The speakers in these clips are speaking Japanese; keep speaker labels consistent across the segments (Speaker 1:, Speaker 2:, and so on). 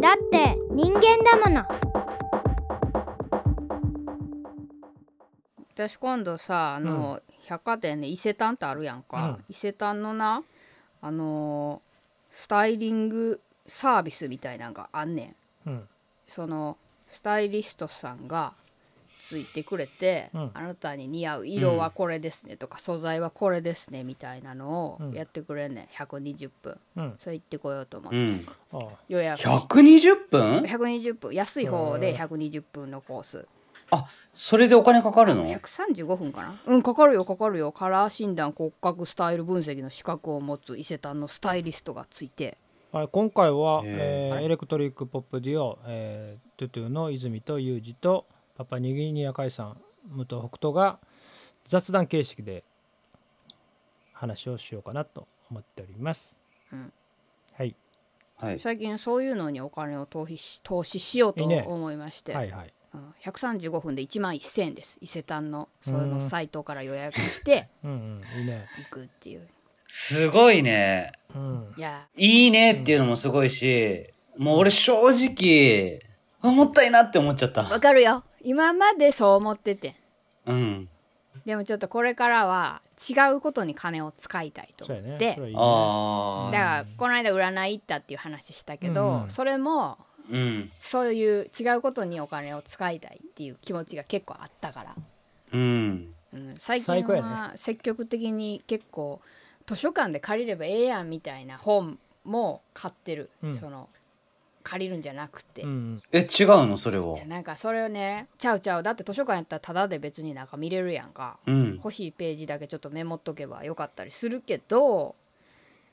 Speaker 1: だって人間だもの
Speaker 2: 私今度さあの、百貨店で伊勢丹ってあるやんか、
Speaker 3: うん
Speaker 2: 伊勢丹のなあのースタイリングサービスみたいなんがあんねん
Speaker 3: うん
Speaker 2: そのスタイリストさんがついてくれて、
Speaker 3: うん
Speaker 2: あなたに似合う色はこれですねとか、素材はこれですねみたいなの
Speaker 3: う
Speaker 2: を
Speaker 3: ん
Speaker 2: やってくれんねん120分
Speaker 3: うん
Speaker 2: それ行ってこようと思っ
Speaker 4: う
Speaker 2: て、
Speaker 4: ん。
Speaker 3: ああ
Speaker 2: 予約
Speaker 4: 120分
Speaker 2: 120分安い方で120分のコース
Speaker 4: あ、それでお金かかるの
Speaker 2: 135分かなうんかかるよかかるよカラー診断骨格スタイル分析の資格を持つ伊勢丹のスタイリストがついて
Speaker 3: はい、今回は、
Speaker 4: え
Speaker 3: えーエレクトリック・ポップ・デュオ、えー、トゥトゥの泉とユージとパパニギニア海さん武藤北斗が雑談形式で話をしようかなと思っております。
Speaker 2: うん
Speaker 3: はい、
Speaker 4: はい。
Speaker 2: 最近そういうのにお金を投資し投資しようと
Speaker 3: いいね
Speaker 2: 思いまして
Speaker 3: はいはい
Speaker 2: うん135分で1万1000円です伊勢丹のそのサイトから予約 して
Speaker 3: うんうんいいね。
Speaker 2: 行くっていう
Speaker 4: すごいね。
Speaker 3: うん
Speaker 2: いや
Speaker 4: いいねっていうのもすごいし、もう俺正直、あもったいなって思っちゃっ
Speaker 2: わ
Speaker 4: た。
Speaker 2: かるよ今までそう思ってて
Speaker 4: うん。
Speaker 2: でもちょっとこれからは違うことに金を使いたいと
Speaker 3: そう
Speaker 2: 思っ
Speaker 3: やね。
Speaker 2: て、
Speaker 3: それいいね
Speaker 4: あ
Speaker 2: だか
Speaker 4: あ。
Speaker 2: らこの間占い行ったっていう話したけど、
Speaker 3: うんうん
Speaker 2: それも
Speaker 4: うん。
Speaker 2: そういう違うことにお金を使いたいっていう気持ちが結構あったから、
Speaker 4: うん。
Speaker 2: うん、最
Speaker 3: 最
Speaker 2: 近
Speaker 3: 高や
Speaker 2: は積極的に結構図書館で借りればええやんみたいな本も買ってる、
Speaker 3: うん
Speaker 2: その借りるんじゃなくて、
Speaker 3: うんうん
Speaker 4: え、違うのそれは
Speaker 2: じゃ。なんかそれをねちゃうちゃうだって図書館やったらタダで別になんか見れるやんか
Speaker 4: うん。
Speaker 2: 欲しいページだけちょっとメモっとけばよかったりするけど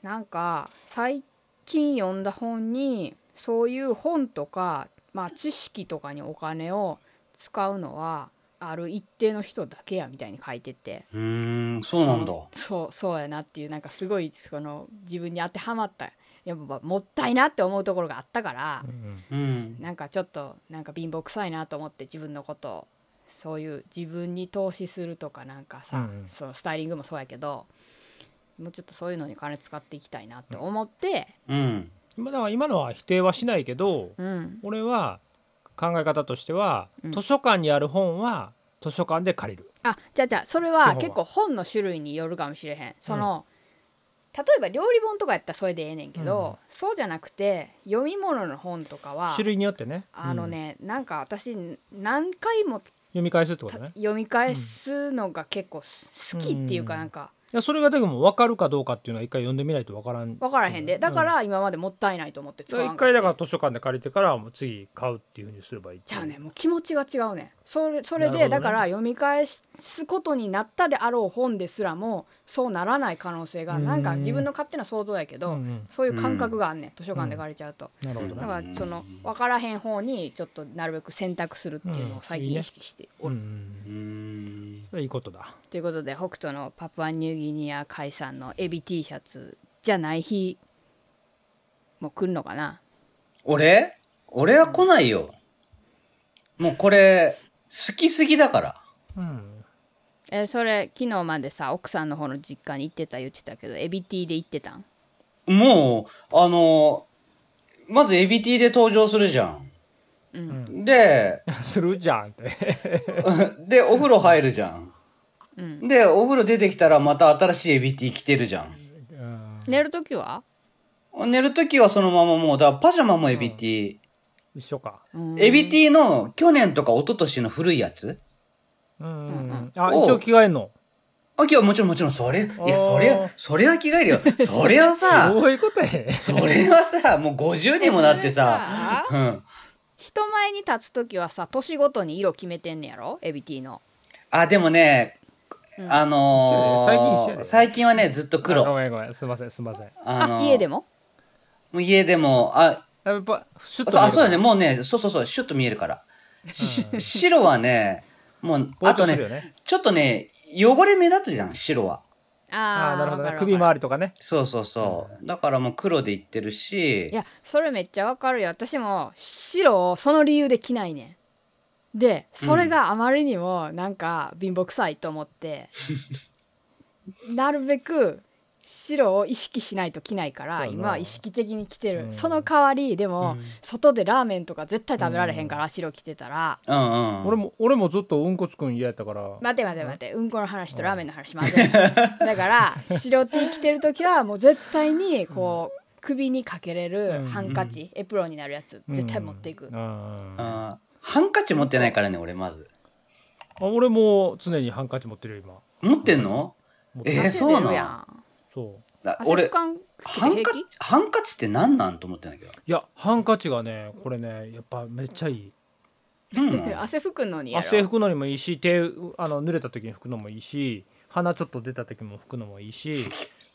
Speaker 2: なんか最近読んだ本にそういう本とか、まあ、知識とかにお金を使うのはある一定の人だけやみたいに書いてて
Speaker 4: うーん、そうなんだ。
Speaker 2: そうそうやなっていうなんかすごいその自分に当てはまったやっぱもったいなって思うところがあったから。
Speaker 3: うん
Speaker 4: うん。
Speaker 2: なんかちょっとなんか貧乏くさいなと思って自分のことをそういう自分に投資するとかなんかさ、
Speaker 3: うんうん
Speaker 2: そのスタイリングもそうやけどもうちょっとそういうのに金使っていきたいなって思って、
Speaker 4: うん。
Speaker 3: 今だから今のは否定はしないけど、
Speaker 2: うん、
Speaker 3: 俺は考え方としては、
Speaker 2: うん
Speaker 3: 図書館にある本は図書館で借りる。
Speaker 2: あじゃあじゃあそれ
Speaker 3: 基本
Speaker 2: は
Speaker 3: は
Speaker 2: 結構本の種類によるかもしれへんその、例えば料理本とかやったらそれでええねんけど、そうじゃなくて読み物の本とかは
Speaker 3: 種類によってね。
Speaker 2: あのね、なんか私何回も
Speaker 3: うん、読み返すってこ
Speaker 2: た
Speaker 3: とね。
Speaker 2: 読み返すのが結構好きっていうか
Speaker 3: うん
Speaker 2: なんか
Speaker 3: いやそれがでも分かるかどうかっていうのは一回読んでみないと分からん
Speaker 2: 分からへんでだから今までもったいないと思って
Speaker 3: 一、
Speaker 2: 使わん
Speaker 3: 回だからら図書館で借りてからもう次買うっていうふうにすればいい
Speaker 2: じゃあねもう気持ちが違うねんそれそれで、
Speaker 3: なるほどね
Speaker 2: だから読み返すことになったであろう本ですらもそうならない可能性が
Speaker 3: うん
Speaker 2: なんか自分の勝手な想像やけ
Speaker 3: うん
Speaker 2: ど、
Speaker 3: うん
Speaker 2: そういう感覚があんねん図書館で借りちゃうと、
Speaker 3: なるほど
Speaker 2: だ
Speaker 3: ね
Speaker 2: からその分からへん方にちょっとなるべく選択するっていうのを最
Speaker 3: うんいい
Speaker 2: 近
Speaker 3: ね
Speaker 2: 意識してお
Speaker 3: う
Speaker 2: る、
Speaker 4: うんん。
Speaker 3: うんいいことだ
Speaker 2: ということで北斗のパプアニューギニア海産のエビ T シャツじゃない日も来るのかな
Speaker 4: 俺俺は来ないよ。もうこれ、好きすぎだから。
Speaker 3: うん
Speaker 2: えーそれ昨日までさ奥さんの方の実家に行ってた言ってたけどエビティで行ってたん
Speaker 4: もう、あの、まず ABT で登場するじゃん。
Speaker 2: ん
Speaker 4: で、
Speaker 3: するじゃんって
Speaker 4: で、お風呂入るじゃん。
Speaker 2: うん
Speaker 4: で、お風呂出てきたらまた新しい ABT 着てるじゃ
Speaker 3: うん
Speaker 2: 寝る時は
Speaker 4: ん。寝るときはそのままもう、だからパジャマも ABT。
Speaker 3: 一緒か
Speaker 2: うん
Speaker 4: エビティの去年とか一昨年の古いやつ
Speaker 3: うん、
Speaker 2: うんうん
Speaker 3: あ
Speaker 4: おう
Speaker 3: 一応着替えんの
Speaker 4: あ、今日はもちろんもちろん、それ、いや、そり
Speaker 3: あ
Speaker 4: ゃ
Speaker 3: ー、
Speaker 4: そりゃ着替えるよ。そりゃさ
Speaker 3: ど、ういうことやね
Speaker 4: それはさ、もう50にもなってさ
Speaker 2: え、そ
Speaker 4: うん。
Speaker 2: 人前に立つ時はさ年ごとに色決めてんねやろエビティの
Speaker 4: あ、でもね、
Speaker 2: うん
Speaker 4: あの
Speaker 3: そうやで最近一緒や
Speaker 4: ー、
Speaker 3: で
Speaker 4: 最近はね、ずっと
Speaker 3: あご
Speaker 4: 黒。
Speaker 3: めんごめんすいませんすいません
Speaker 4: あの
Speaker 2: あ
Speaker 4: ー
Speaker 2: 家でも
Speaker 4: もう家でも、あ、
Speaker 3: やっぱシュッと
Speaker 4: そうあそうだ
Speaker 3: ね
Speaker 4: ね、もうね、そうそうそう、シュッと見える から。し白はね、もう、
Speaker 3: ぼー
Speaker 4: あ
Speaker 3: っと
Speaker 4: と
Speaker 3: するよ
Speaker 4: ね、
Speaker 3: ね
Speaker 4: ちょっとね、汚れ目立つじゃん、白は。
Speaker 2: あ
Speaker 3: あ
Speaker 2: あ
Speaker 3: あなるほどね首
Speaker 2: 首回
Speaker 3: 周りとかね
Speaker 4: そうそうそう。だからもう黒でいってるし
Speaker 2: い、やそれめっちゃわかるよ私も白をその理由で着ないねんでそれがあまりに もなんか貧乏くさいと思って、なるべく白を意識しないと着ないから
Speaker 3: そうやな
Speaker 2: 今は意識的に着てる、
Speaker 3: うん
Speaker 2: その代わりでも、
Speaker 3: うん
Speaker 2: 外でラーメンとか絶対食べられへんから、白着てたら
Speaker 4: うんうん。
Speaker 3: 俺も俺もずっとうんこつくん嫌やったから
Speaker 2: 待て待て待てうんこの話とラーメンの話混ぜるだから白 T 着てる時はもう絶対にこう、首にかけれ
Speaker 3: うん
Speaker 2: るハンカチ、エプロンになるやつ絶対持っていく、
Speaker 3: うんうんあ
Speaker 4: あーハンカチ持ってないからね、俺まず。
Speaker 3: 俺も常にハンカチ持ってるよ今
Speaker 4: 持ってんの
Speaker 3: 持ってる
Speaker 4: えー、そう
Speaker 2: 出るや
Speaker 4: なん
Speaker 2: ん
Speaker 3: そう
Speaker 4: だ
Speaker 2: あ
Speaker 4: 俺
Speaker 2: 食、感
Speaker 4: ハンカチ
Speaker 2: 平気、
Speaker 4: ハンカチって何なんと思ってんだけど。
Speaker 3: いやハンカチがねこれねやっぱめっちゃいい
Speaker 4: うんうん。
Speaker 2: 汗拭くのにやろ
Speaker 3: 汗拭くのにもいいし手あの濡れた時に拭くのもいいし鼻ちょっと出た時も拭くのもいいし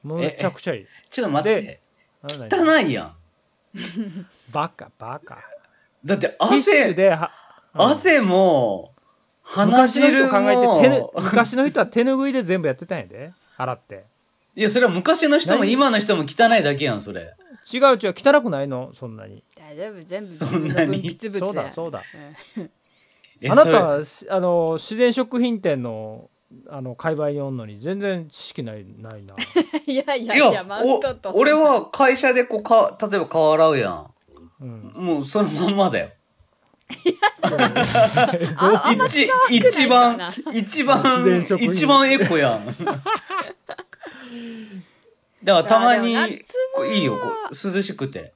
Speaker 3: めちゃくちゃいい
Speaker 4: ちょっと待って
Speaker 3: で。なんだ
Speaker 4: 汚いやん。
Speaker 3: バカバカ
Speaker 4: だって
Speaker 3: ティッシュ
Speaker 4: 汗、
Speaker 3: では
Speaker 4: 汗も、鼻
Speaker 3: 昔の
Speaker 4: 汁
Speaker 3: 人考えて手ぬ
Speaker 4: も、
Speaker 3: 昔の人は手拭いで全部やってたんやで洗って
Speaker 4: いや、それは昔の人も今の人も汚いだけやん、それ。
Speaker 3: 違う違う汚くないのそんなに
Speaker 2: 大丈夫全部自
Speaker 4: そん
Speaker 2: 分の
Speaker 4: な
Speaker 2: 分
Speaker 4: に
Speaker 2: 泌物
Speaker 3: そうだ
Speaker 2: や
Speaker 3: そうだ
Speaker 2: うん
Speaker 4: え
Speaker 3: あな
Speaker 4: そ
Speaker 3: た
Speaker 4: れ
Speaker 3: はしあの自然食品店のあの界隈におんのに全然知識ないないな
Speaker 2: いやいや
Speaker 4: い
Speaker 2: いや
Speaker 4: や
Speaker 2: マウントと、
Speaker 4: お俺は会社でこうか、例えば顔洗うやん。
Speaker 3: うん
Speaker 4: もうそのまんまだよ。
Speaker 2: ああんま
Speaker 4: 一
Speaker 2: く
Speaker 4: 一
Speaker 2: ないか
Speaker 4: 番
Speaker 2: な、
Speaker 4: 一
Speaker 3: 自然
Speaker 4: 番
Speaker 3: 食、品
Speaker 4: 一番エコやん。だからたまに
Speaker 2: いやでも夏、
Speaker 4: こういいよ、こう涼しくて。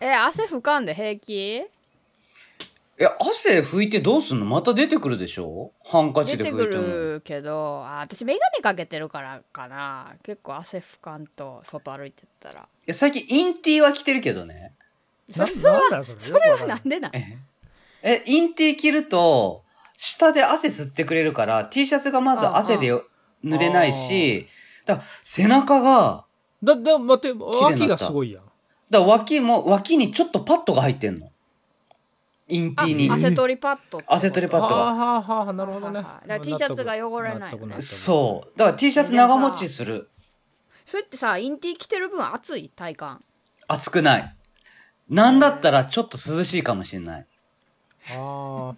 Speaker 2: え汗拭かんで平気
Speaker 4: いや、汗拭いてどうすんのまた出てくるでしょハンカチ
Speaker 2: 出
Speaker 4: で
Speaker 2: て
Speaker 4: 拭
Speaker 2: く
Speaker 4: いても。
Speaker 2: るけどあ私眼鏡かけてるからかな結構汗拭かんと外歩いてったら
Speaker 4: いや、最近インティは着てるけどね。
Speaker 2: そ
Speaker 3: な
Speaker 2: れそれ
Speaker 3: なん
Speaker 2: は
Speaker 3: だそれ
Speaker 2: それ
Speaker 3: よく
Speaker 2: は
Speaker 3: わ か
Speaker 2: なんんでなん
Speaker 4: え、インティ着ると、下で汗吸ってくれるから、T シャツがまず汗でよ濡れないし、だから背中が、
Speaker 3: だだ待って
Speaker 4: 麗になった
Speaker 3: 脇がすごいやん
Speaker 4: だから脇も、脇にちょっとパッドが入ってんの。インテ
Speaker 2: あ
Speaker 4: ィに。
Speaker 2: 汗取りパッドってこと
Speaker 4: 汗取りパッ
Speaker 3: は
Speaker 4: ド
Speaker 3: あはあはあなるほどね
Speaker 2: はあはあだから T シャツが汚れないよね
Speaker 3: 納得納得
Speaker 4: そう。だから T シャツ長持ちする。
Speaker 2: それってさインティ着てる分暑い体感
Speaker 4: 暑くない。なんだったらちょっと涼しいかもしれない。
Speaker 3: あ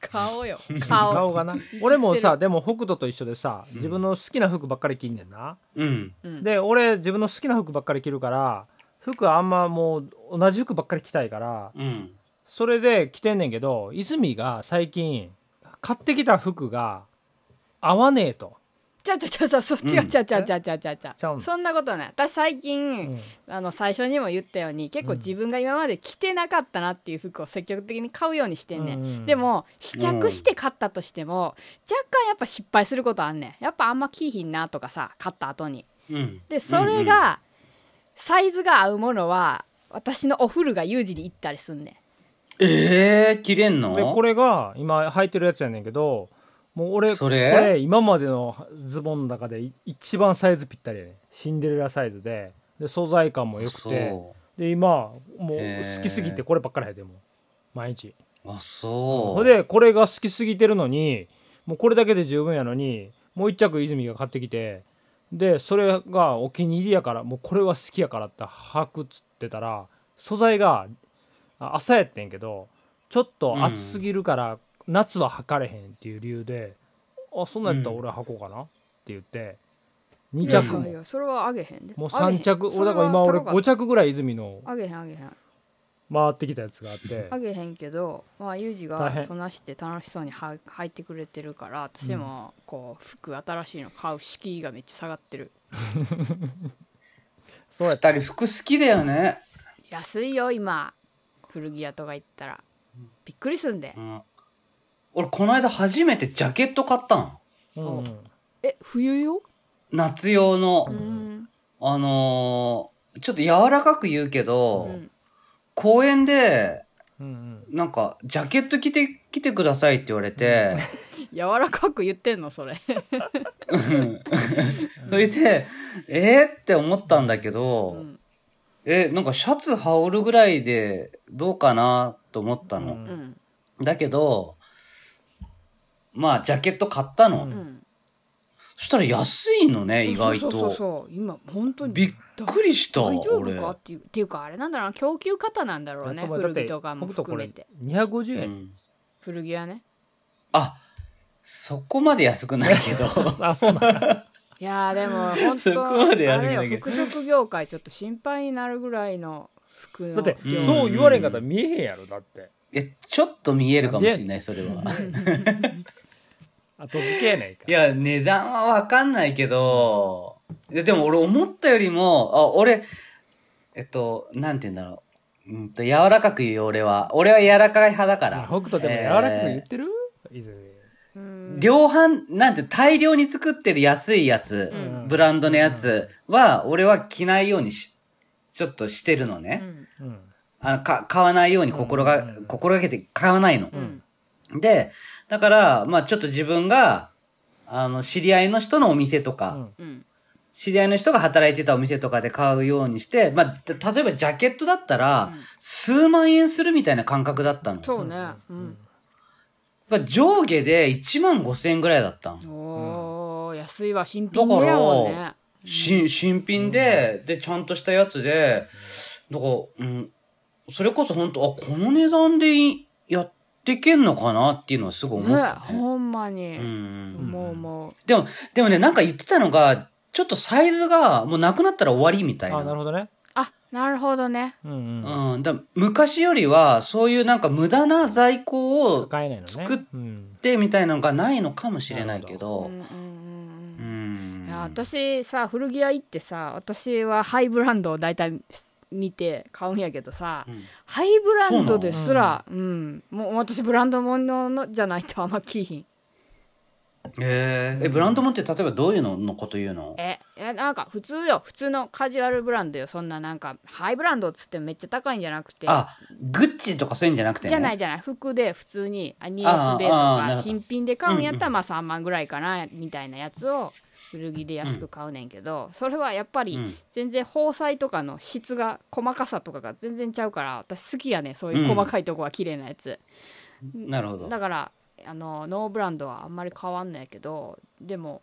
Speaker 2: 顔よ
Speaker 3: あ
Speaker 2: 顔
Speaker 3: 顔がな俺もさでも北斗と一緒でさ自分の好きな服ばっかり着んねんな、
Speaker 4: うん。
Speaker 2: うん
Speaker 3: で俺自分の好きな服ばっかり着るから服あんまもう同じ服ばっかり着たいから
Speaker 4: うん。
Speaker 3: それで着てんねんけど泉が最近買ってきた服が合わねえと、
Speaker 2: ちゃうちゃうちゃうちゃうそっち
Speaker 4: う
Speaker 2: が
Speaker 4: ん
Speaker 2: ちゃうちゃうちゃうちゃうちゃうち
Speaker 3: ちゃ
Speaker 2: ゃう
Speaker 3: うの
Speaker 2: そんなことない私最近、
Speaker 3: うん
Speaker 2: あの最初にも言ったように結構
Speaker 3: うん
Speaker 2: 自分が今まで着てなかったなっていう服を積極的に買うようにしてんね、
Speaker 3: うんうん
Speaker 2: ん、でも試着して買ったとしても、若干やっぱ失敗することあんねんやっぱあんま着いひんなとかさ買った後に
Speaker 4: うん。
Speaker 2: でそれが、サイズが合うものは私のお風呂が有事に行ったりすんね
Speaker 4: うん。ええー、着れんの
Speaker 3: でこれが今履いてるやつやねんけどもう俺
Speaker 4: それ
Speaker 3: これ今までのズボンの中でい一番サイズぴったりやねんシンデレラサイズでで素材感も良くて
Speaker 4: そ
Speaker 3: で今もう
Speaker 4: へー
Speaker 3: 好きすぎてこればっかり履いてるもん毎日
Speaker 4: う。あ、
Speaker 3: ほ
Speaker 4: そう。
Speaker 3: んでこれが好きすぎてるのにもうこれだけで十分やのにもう一着泉が買ってきてでそれがお気に入りやからもうこれは好きやからって履くっつってたら素材があ朝やってんけどちょっと暑すぎるから夏は履かれへんっていう理由で、あそんなんやったら俺は履こうかなって言って2
Speaker 2: ん
Speaker 3: 着
Speaker 2: いやい
Speaker 3: も
Speaker 2: やそれはあげへんで
Speaker 3: もう
Speaker 2: あげへ
Speaker 3: 3
Speaker 2: ん
Speaker 3: 着
Speaker 2: それ
Speaker 3: 俺だ
Speaker 2: は
Speaker 3: から今俺
Speaker 2: 高っ
Speaker 3: 5着ぐらい泉の
Speaker 2: たあげへんあげへん
Speaker 3: 回ってきたやつがあって
Speaker 2: あげへんけどまあユージ
Speaker 3: 大
Speaker 2: が
Speaker 3: 変
Speaker 2: そんなして楽しそうには履いてくれてるから私もこう服新しいの買う敷居がめっちゃ下がってる
Speaker 3: そうやった
Speaker 4: 二人服好きだよね。
Speaker 2: 安いよ今古着屋とか行ったらびっくりすんで
Speaker 4: うん。俺、この間初めてジャケット買ったん。
Speaker 3: うんうん
Speaker 2: え冬よ
Speaker 4: 夏用の。
Speaker 2: うん
Speaker 4: あのーちょっと柔らかく言うけど、
Speaker 2: うん
Speaker 4: 公園で、
Speaker 3: うんうん
Speaker 4: なんか、ジャケット着てきてくださいって言われて、
Speaker 2: 柔らかく言ってんのそれ
Speaker 4: それで、えー、って思ったんだけど、
Speaker 2: ん
Speaker 4: え、なんかシャツ羽織るぐらいでどうかなと思ったの。
Speaker 3: うん
Speaker 2: うん
Speaker 4: だけど、まあ、ジャケット買ったの。
Speaker 2: うん
Speaker 4: そしたら安いのね、意外
Speaker 2: そうそうそう
Speaker 4: と。
Speaker 2: そう今本当に
Speaker 4: びっくりした、
Speaker 2: 大丈夫
Speaker 4: 俺。
Speaker 2: かっていうっていうかあれなんだろうな供給方なんだろうね
Speaker 3: だっ
Speaker 2: 古
Speaker 3: て
Speaker 2: 着とかも
Speaker 3: 北斗
Speaker 2: 含めて
Speaker 3: これ250
Speaker 4: う
Speaker 3: 円、
Speaker 4: ん
Speaker 2: 古着屋ね
Speaker 4: あ、そこまで安くないけど。
Speaker 3: あそうなんだ
Speaker 2: いやーでも本当
Speaker 4: そこまでや
Speaker 2: あ
Speaker 4: る
Speaker 2: れ
Speaker 4: 気
Speaker 2: よ
Speaker 4: ないけど
Speaker 2: 服飾業界ちょっと心配になるぐらいの服
Speaker 3: だ
Speaker 2: の
Speaker 3: って
Speaker 4: うん
Speaker 3: そう言われんかったら見えへんやろだって
Speaker 4: いや、ちょっと見えるかもしれない、それは。
Speaker 3: 後付けやないか
Speaker 4: いや、値段はわかんないけど、いやでも俺思ったよりも、あ、俺、えっと、なんて言うんだろう。うんと、柔らかく言うよ、俺は。俺は柔らかい派だから。
Speaker 3: 北斗でも柔らかく言ってる、いずれ
Speaker 2: うん
Speaker 4: えー量販、なんて、大量に作ってる安いやつ、
Speaker 2: うん
Speaker 4: ブランドのやつは、俺は着ないようにし、ちょっとしてるのね。
Speaker 2: うん
Speaker 3: うん
Speaker 4: あの、か、買わないように心が、
Speaker 3: うん
Speaker 4: 心がけて買わないの。
Speaker 2: うん
Speaker 4: で、だから、まあちょっと自分が、あの、知り合いの人のお店とか、
Speaker 3: う
Speaker 2: う
Speaker 3: ん
Speaker 2: ん
Speaker 4: 知り合いの人が働いてたお店とかで買うようにして、まあ、た例えばジャケットだったら
Speaker 2: うん、
Speaker 4: 数万円するみたいな感覚だったの。
Speaker 2: そうねうん
Speaker 4: だから上下で1万5千円ぐらいだったの。
Speaker 2: おー安いわ新品だよね
Speaker 4: し新品で、で、ちゃんとしたやつで、だから、うん、それこそ本当あ、この値段でいやってけんのかなっていうのはすごい思
Speaker 2: ね
Speaker 4: った、ね。
Speaker 2: ほんま
Speaker 4: うんう
Speaker 2: に
Speaker 4: ん。
Speaker 2: もうもう
Speaker 4: でも、でもね、なんか言ってたのが、ちょっとサイズがもうなくなったら終わりみたいな。
Speaker 3: あなるほどね
Speaker 2: あなるほどね
Speaker 3: うんうん、
Speaker 4: うん、だ昔よりはそういうなんか無駄な在庫を
Speaker 3: 買えないのね
Speaker 4: 作っ
Speaker 3: うん
Speaker 4: でみたいなのがないのかもしれないけど
Speaker 2: うんうんうん
Speaker 4: う
Speaker 2: うん
Speaker 4: ん
Speaker 2: いや私さ古着屋行ってさ私はハイブランドを大体見て買うんやけどさ、
Speaker 4: うん
Speaker 2: ハイブランドですらうん、もう私ブランドもののじゃないとあんま着いひん
Speaker 4: えーえブランドもって例えばどういうののこと言うの
Speaker 2: ええなんか普通よ普通のカジュアルブランドよそんななんかハイブランドっつってめっちゃ高いんじゃなくて
Speaker 4: あグッチとかそういうんじゃなくてね
Speaker 2: じゃないじゃない服で普通にアニエスベと
Speaker 4: あーあーなる
Speaker 2: か
Speaker 4: ほど
Speaker 2: 新品で買うんやったらまあ3万ぐらいかなみたいなやつを古着で安く買うねんけど、それはやっぱ
Speaker 4: う
Speaker 2: り
Speaker 4: ん
Speaker 2: 全然包裁とかの質が細かさとかが全然ちゃうから私好きやねんそういう細かいとこは綺麗なやつ、
Speaker 4: なるほど
Speaker 2: だからあのノーブランドはあんまり変わんないけどでも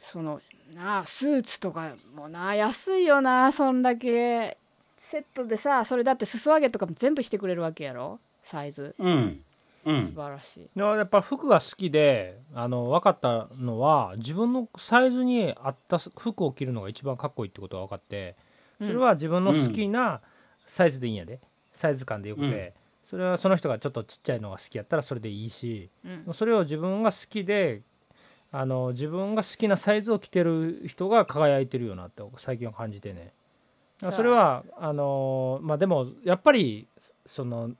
Speaker 2: そのなあスーツとかもな安いよなそんだけセットでさそれだって裾上げとかも全部してくれるわけやろサイズ
Speaker 4: うんう
Speaker 2: 素
Speaker 4: ん
Speaker 2: 晴らしい。
Speaker 3: でもやっぱ服が好きであの分かったのは自分のサイズに合った服を着るのが一番かっこいいってことが分かってそれは自分の好きなサイズでいいんやで、サイズ感でよくて、
Speaker 4: うん
Speaker 3: それはその人がちょっとちっちゃいのが好きやったらそれでいいし
Speaker 2: うん
Speaker 3: それを自分が好きであの自分が好きなサイズを着てる人が輝いてるよなって最近は感じてねだからそれはあのまあでもやっぱりその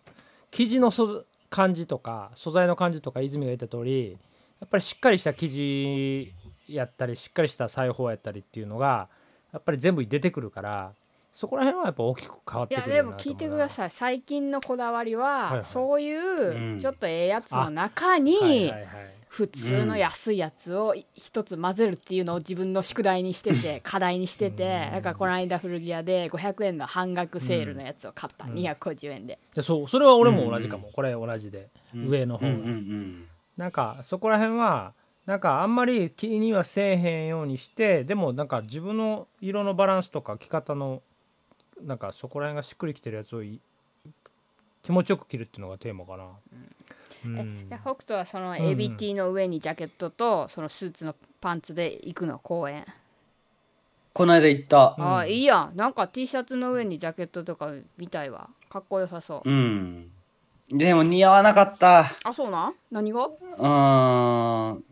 Speaker 3: 生地の素感じとか素材の感じとか泉が言った通りやっぱりしっかりした生地やったりしっかりした裁縫やったりっていうのがやっぱり全部に出てくるからそこら辺はやっぱ大きく変わっ
Speaker 2: い
Speaker 3: て
Speaker 2: や
Speaker 3: くる
Speaker 2: で
Speaker 3: よな
Speaker 2: も
Speaker 3: と
Speaker 2: 聞
Speaker 3: 思
Speaker 2: いてくだ
Speaker 3: い
Speaker 2: さい最近のこだわりは、
Speaker 3: はいはい
Speaker 2: そう
Speaker 4: う
Speaker 2: い
Speaker 4: ん
Speaker 2: うちょっとええやつの中に、
Speaker 3: はいはいはい
Speaker 2: 普通の安いやつを一つ混ぜるっていうのを自分の宿題にしてて課題にしてて
Speaker 3: うん
Speaker 2: だからこの間古着屋で500円の半額セールのやつを買った、
Speaker 3: うん
Speaker 2: 250円で、
Speaker 3: じゃあそうそれは俺も同じかも、これ同じで
Speaker 4: うん
Speaker 3: 上の方
Speaker 4: う
Speaker 3: が
Speaker 4: んうん
Speaker 3: なんかそこら辺はなんかあんまり気にはせえへんようにしてでもなんか自分の色のバランスとか着方のなんかそこら辺がしっくりきてるやつをい気持ちよく着るっていうのがテーマかな。うん
Speaker 2: えで北斗はその
Speaker 3: ん
Speaker 2: ABT の上にジャケットとそのスーツのパンツで行くの公園、
Speaker 4: この間行った
Speaker 2: ああいいやんなんか T シャツの上にジャケットとかみたいわかっこよさそう、
Speaker 4: うんでも似合わなかった
Speaker 2: あそうなん何が
Speaker 4: うーん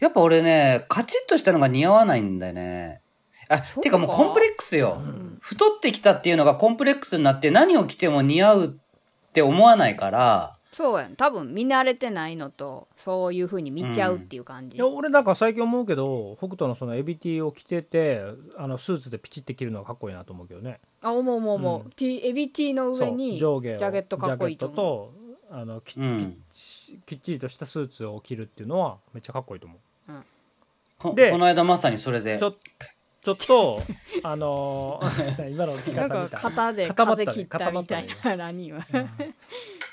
Speaker 4: やっぱ俺ねカチッとしたのが似合わないんだよねあ
Speaker 2: う
Speaker 4: てかもうコンプレックスよ、太ってきたっていうのがコンプレックスになって何を着ても似合うって思わないから
Speaker 2: そうやん多分見慣れてないのとそういうふうに見ちゃうっていう感じ、
Speaker 3: いや俺なんか最近思うけど北斗のそのエビティを着ててあのスーツでピチって着るのはかっこいいなと思うけどね。
Speaker 2: あ思う思う思う、
Speaker 3: うん
Speaker 2: T エビ T の上に
Speaker 3: そう
Speaker 2: ジ
Speaker 3: 上下を
Speaker 2: ャケットかっこいいと
Speaker 3: ジャケ
Speaker 2: 思う
Speaker 3: ットとあのき,き、
Speaker 4: うん
Speaker 3: きっちりとしたスーツを着るっていうのはめっちゃかっこいいと思う。
Speaker 4: こ
Speaker 3: で
Speaker 4: この間まさにそれで
Speaker 3: ちょちょっとあの ー今の聞き
Speaker 2: なん
Speaker 3: 方
Speaker 2: か
Speaker 3: みたい
Speaker 2: 肩で
Speaker 3: 固まった
Speaker 2: 風
Speaker 3: ね
Speaker 2: 切ったみたいな何は、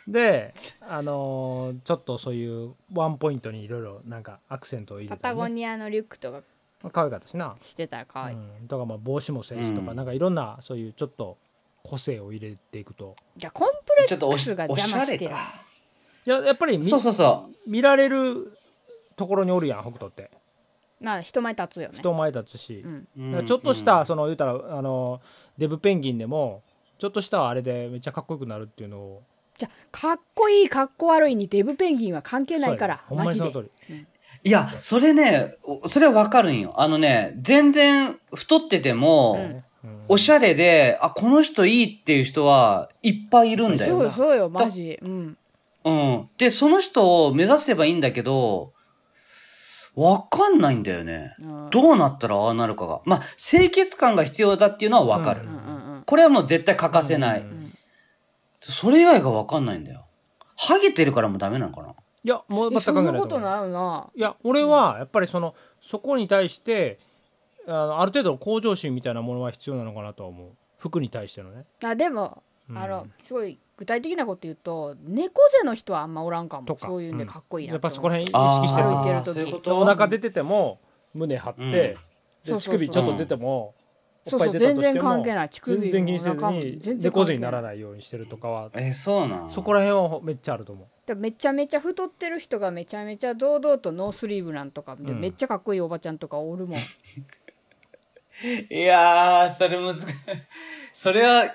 Speaker 3: であのーちょっとそういうワンポイントにいろいろなんかアクセントを入れ
Speaker 2: パ
Speaker 3: た
Speaker 2: タ
Speaker 3: り、
Speaker 2: ゴ
Speaker 3: ね、
Speaker 2: ニアのリュックとか
Speaker 3: 可愛かったしな、
Speaker 2: してたら可愛い、
Speaker 3: うん、とかまあ帽子もせえしとか、
Speaker 4: うん
Speaker 3: なんかいろんなそういうちょっと個性を入れていくと
Speaker 2: じゃあコンプレ
Speaker 4: ちょ
Speaker 2: ッ
Speaker 4: っとお
Speaker 2: ク
Speaker 4: し
Speaker 2: スが
Speaker 4: おし
Speaker 2: 邪魔
Speaker 4: ゃ
Speaker 2: し
Speaker 4: れ
Speaker 2: てる
Speaker 4: か
Speaker 3: いややっぱり見
Speaker 4: そうそうそ
Speaker 3: 見られるところにおるやん北斗って
Speaker 2: な人前立つよね。
Speaker 3: 人前立つし
Speaker 2: う、ん、
Speaker 4: うん
Speaker 3: だからちょっとした、その言うたらあのデブペンギンでもちょっとしたあれでめっちゃかっこよくなるっていうのを
Speaker 2: じゃあかっこいいかっこ悪いにデブペンギンは関係ないから
Speaker 3: そうや
Speaker 2: マ
Speaker 3: ねほんまに
Speaker 2: ジ
Speaker 3: そ
Speaker 2: で
Speaker 3: の通り
Speaker 4: いや、それね、おそれはわかるんよ。あのね、全然太ってても、
Speaker 2: うん
Speaker 3: うん
Speaker 4: おしゃれで、あ、この人いいっていう人はいっぱいいるんだ
Speaker 2: そ
Speaker 4: よ。
Speaker 2: うよ
Speaker 3: な
Speaker 2: そうよマジうん
Speaker 4: うん。で、その人を目指せばいいんだけど、わかんないんだよね。
Speaker 2: うん
Speaker 4: どうなったらああなるかが。まあ、清潔感が必要だっていうのはわかる。
Speaker 3: う
Speaker 2: うんうん
Speaker 4: これはもう絶対欠かせない。
Speaker 3: うん
Speaker 2: うん
Speaker 4: それ以外がわかんないんだよ。ハゲてるからもダメなのかない
Speaker 3: やもう
Speaker 2: うんえ
Speaker 3: 全く
Speaker 2: そ
Speaker 3: 関係
Speaker 2: ん
Speaker 3: な
Speaker 2: な
Speaker 3: いと
Speaker 2: こ
Speaker 3: 思
Speaker 2: と
Speaker 3: う
Speaker 2: なるない
Speaker 3: や俺はやっぱりそのそこに対してあのある程度の向上心みたいなものは必要なのかなとは思う服に対してのね、
Speaker 2: あでも
Speaker 3: うん
Speaker 2: あのすごい具体的なこと言うと猫背の人はあんまおらんか
Speaker 3: と
Speaker 2: も
Speaker 3: か
Speaker 2: そういうね
Speaker 3: うん
Speaker 2: かっこいいな
Speaker 3: やっぱそこら辺意
Speaker 2: あ
Speaker 4: あ
Speaker 3: 識してる
Speaker 2: 歩いてる
Speaker 4: ー
Speaker 2: 時
Speaker 4: そういうこ
Speaker 3: で
Speaker 4: と
Speaker 3: お腹出てても胸張って、
Speaker 4: うん
Speaker 3: で
Speaker 2: そうそうそ
Speaker 3: 乳
Speaker 2: う
Speaker 3: 首ちょっと出ても、
Speaker 2: そ
Speaker 3: お
Speaker 2: うそ
Speaker 3: っぱ
Speaker 2: う
Speaker 3: い出た
Speaker 2: 全
Speaker 3: としても
Speaker 2: 然関係ない乳
Speaker 3: 全然気に
Speaker 2: 首
Speaker 3: せず
Speaker 2: も
Speaker 3: に猫背にならないようにしてるとかは
Speaker 4: え、そうなの
Speaker 3: そこら辺はめっちゃあると思う
Speaker 2: でめちゃめちゃ太ってる人がめちゃめちゃ堂々とノースリーブなんとか、で
Speaker 3: うん
Speaker 2: めっちゃかっこいいおばちゃんとかおるもん
Speaker 4: いやー、それ難しい。 それは、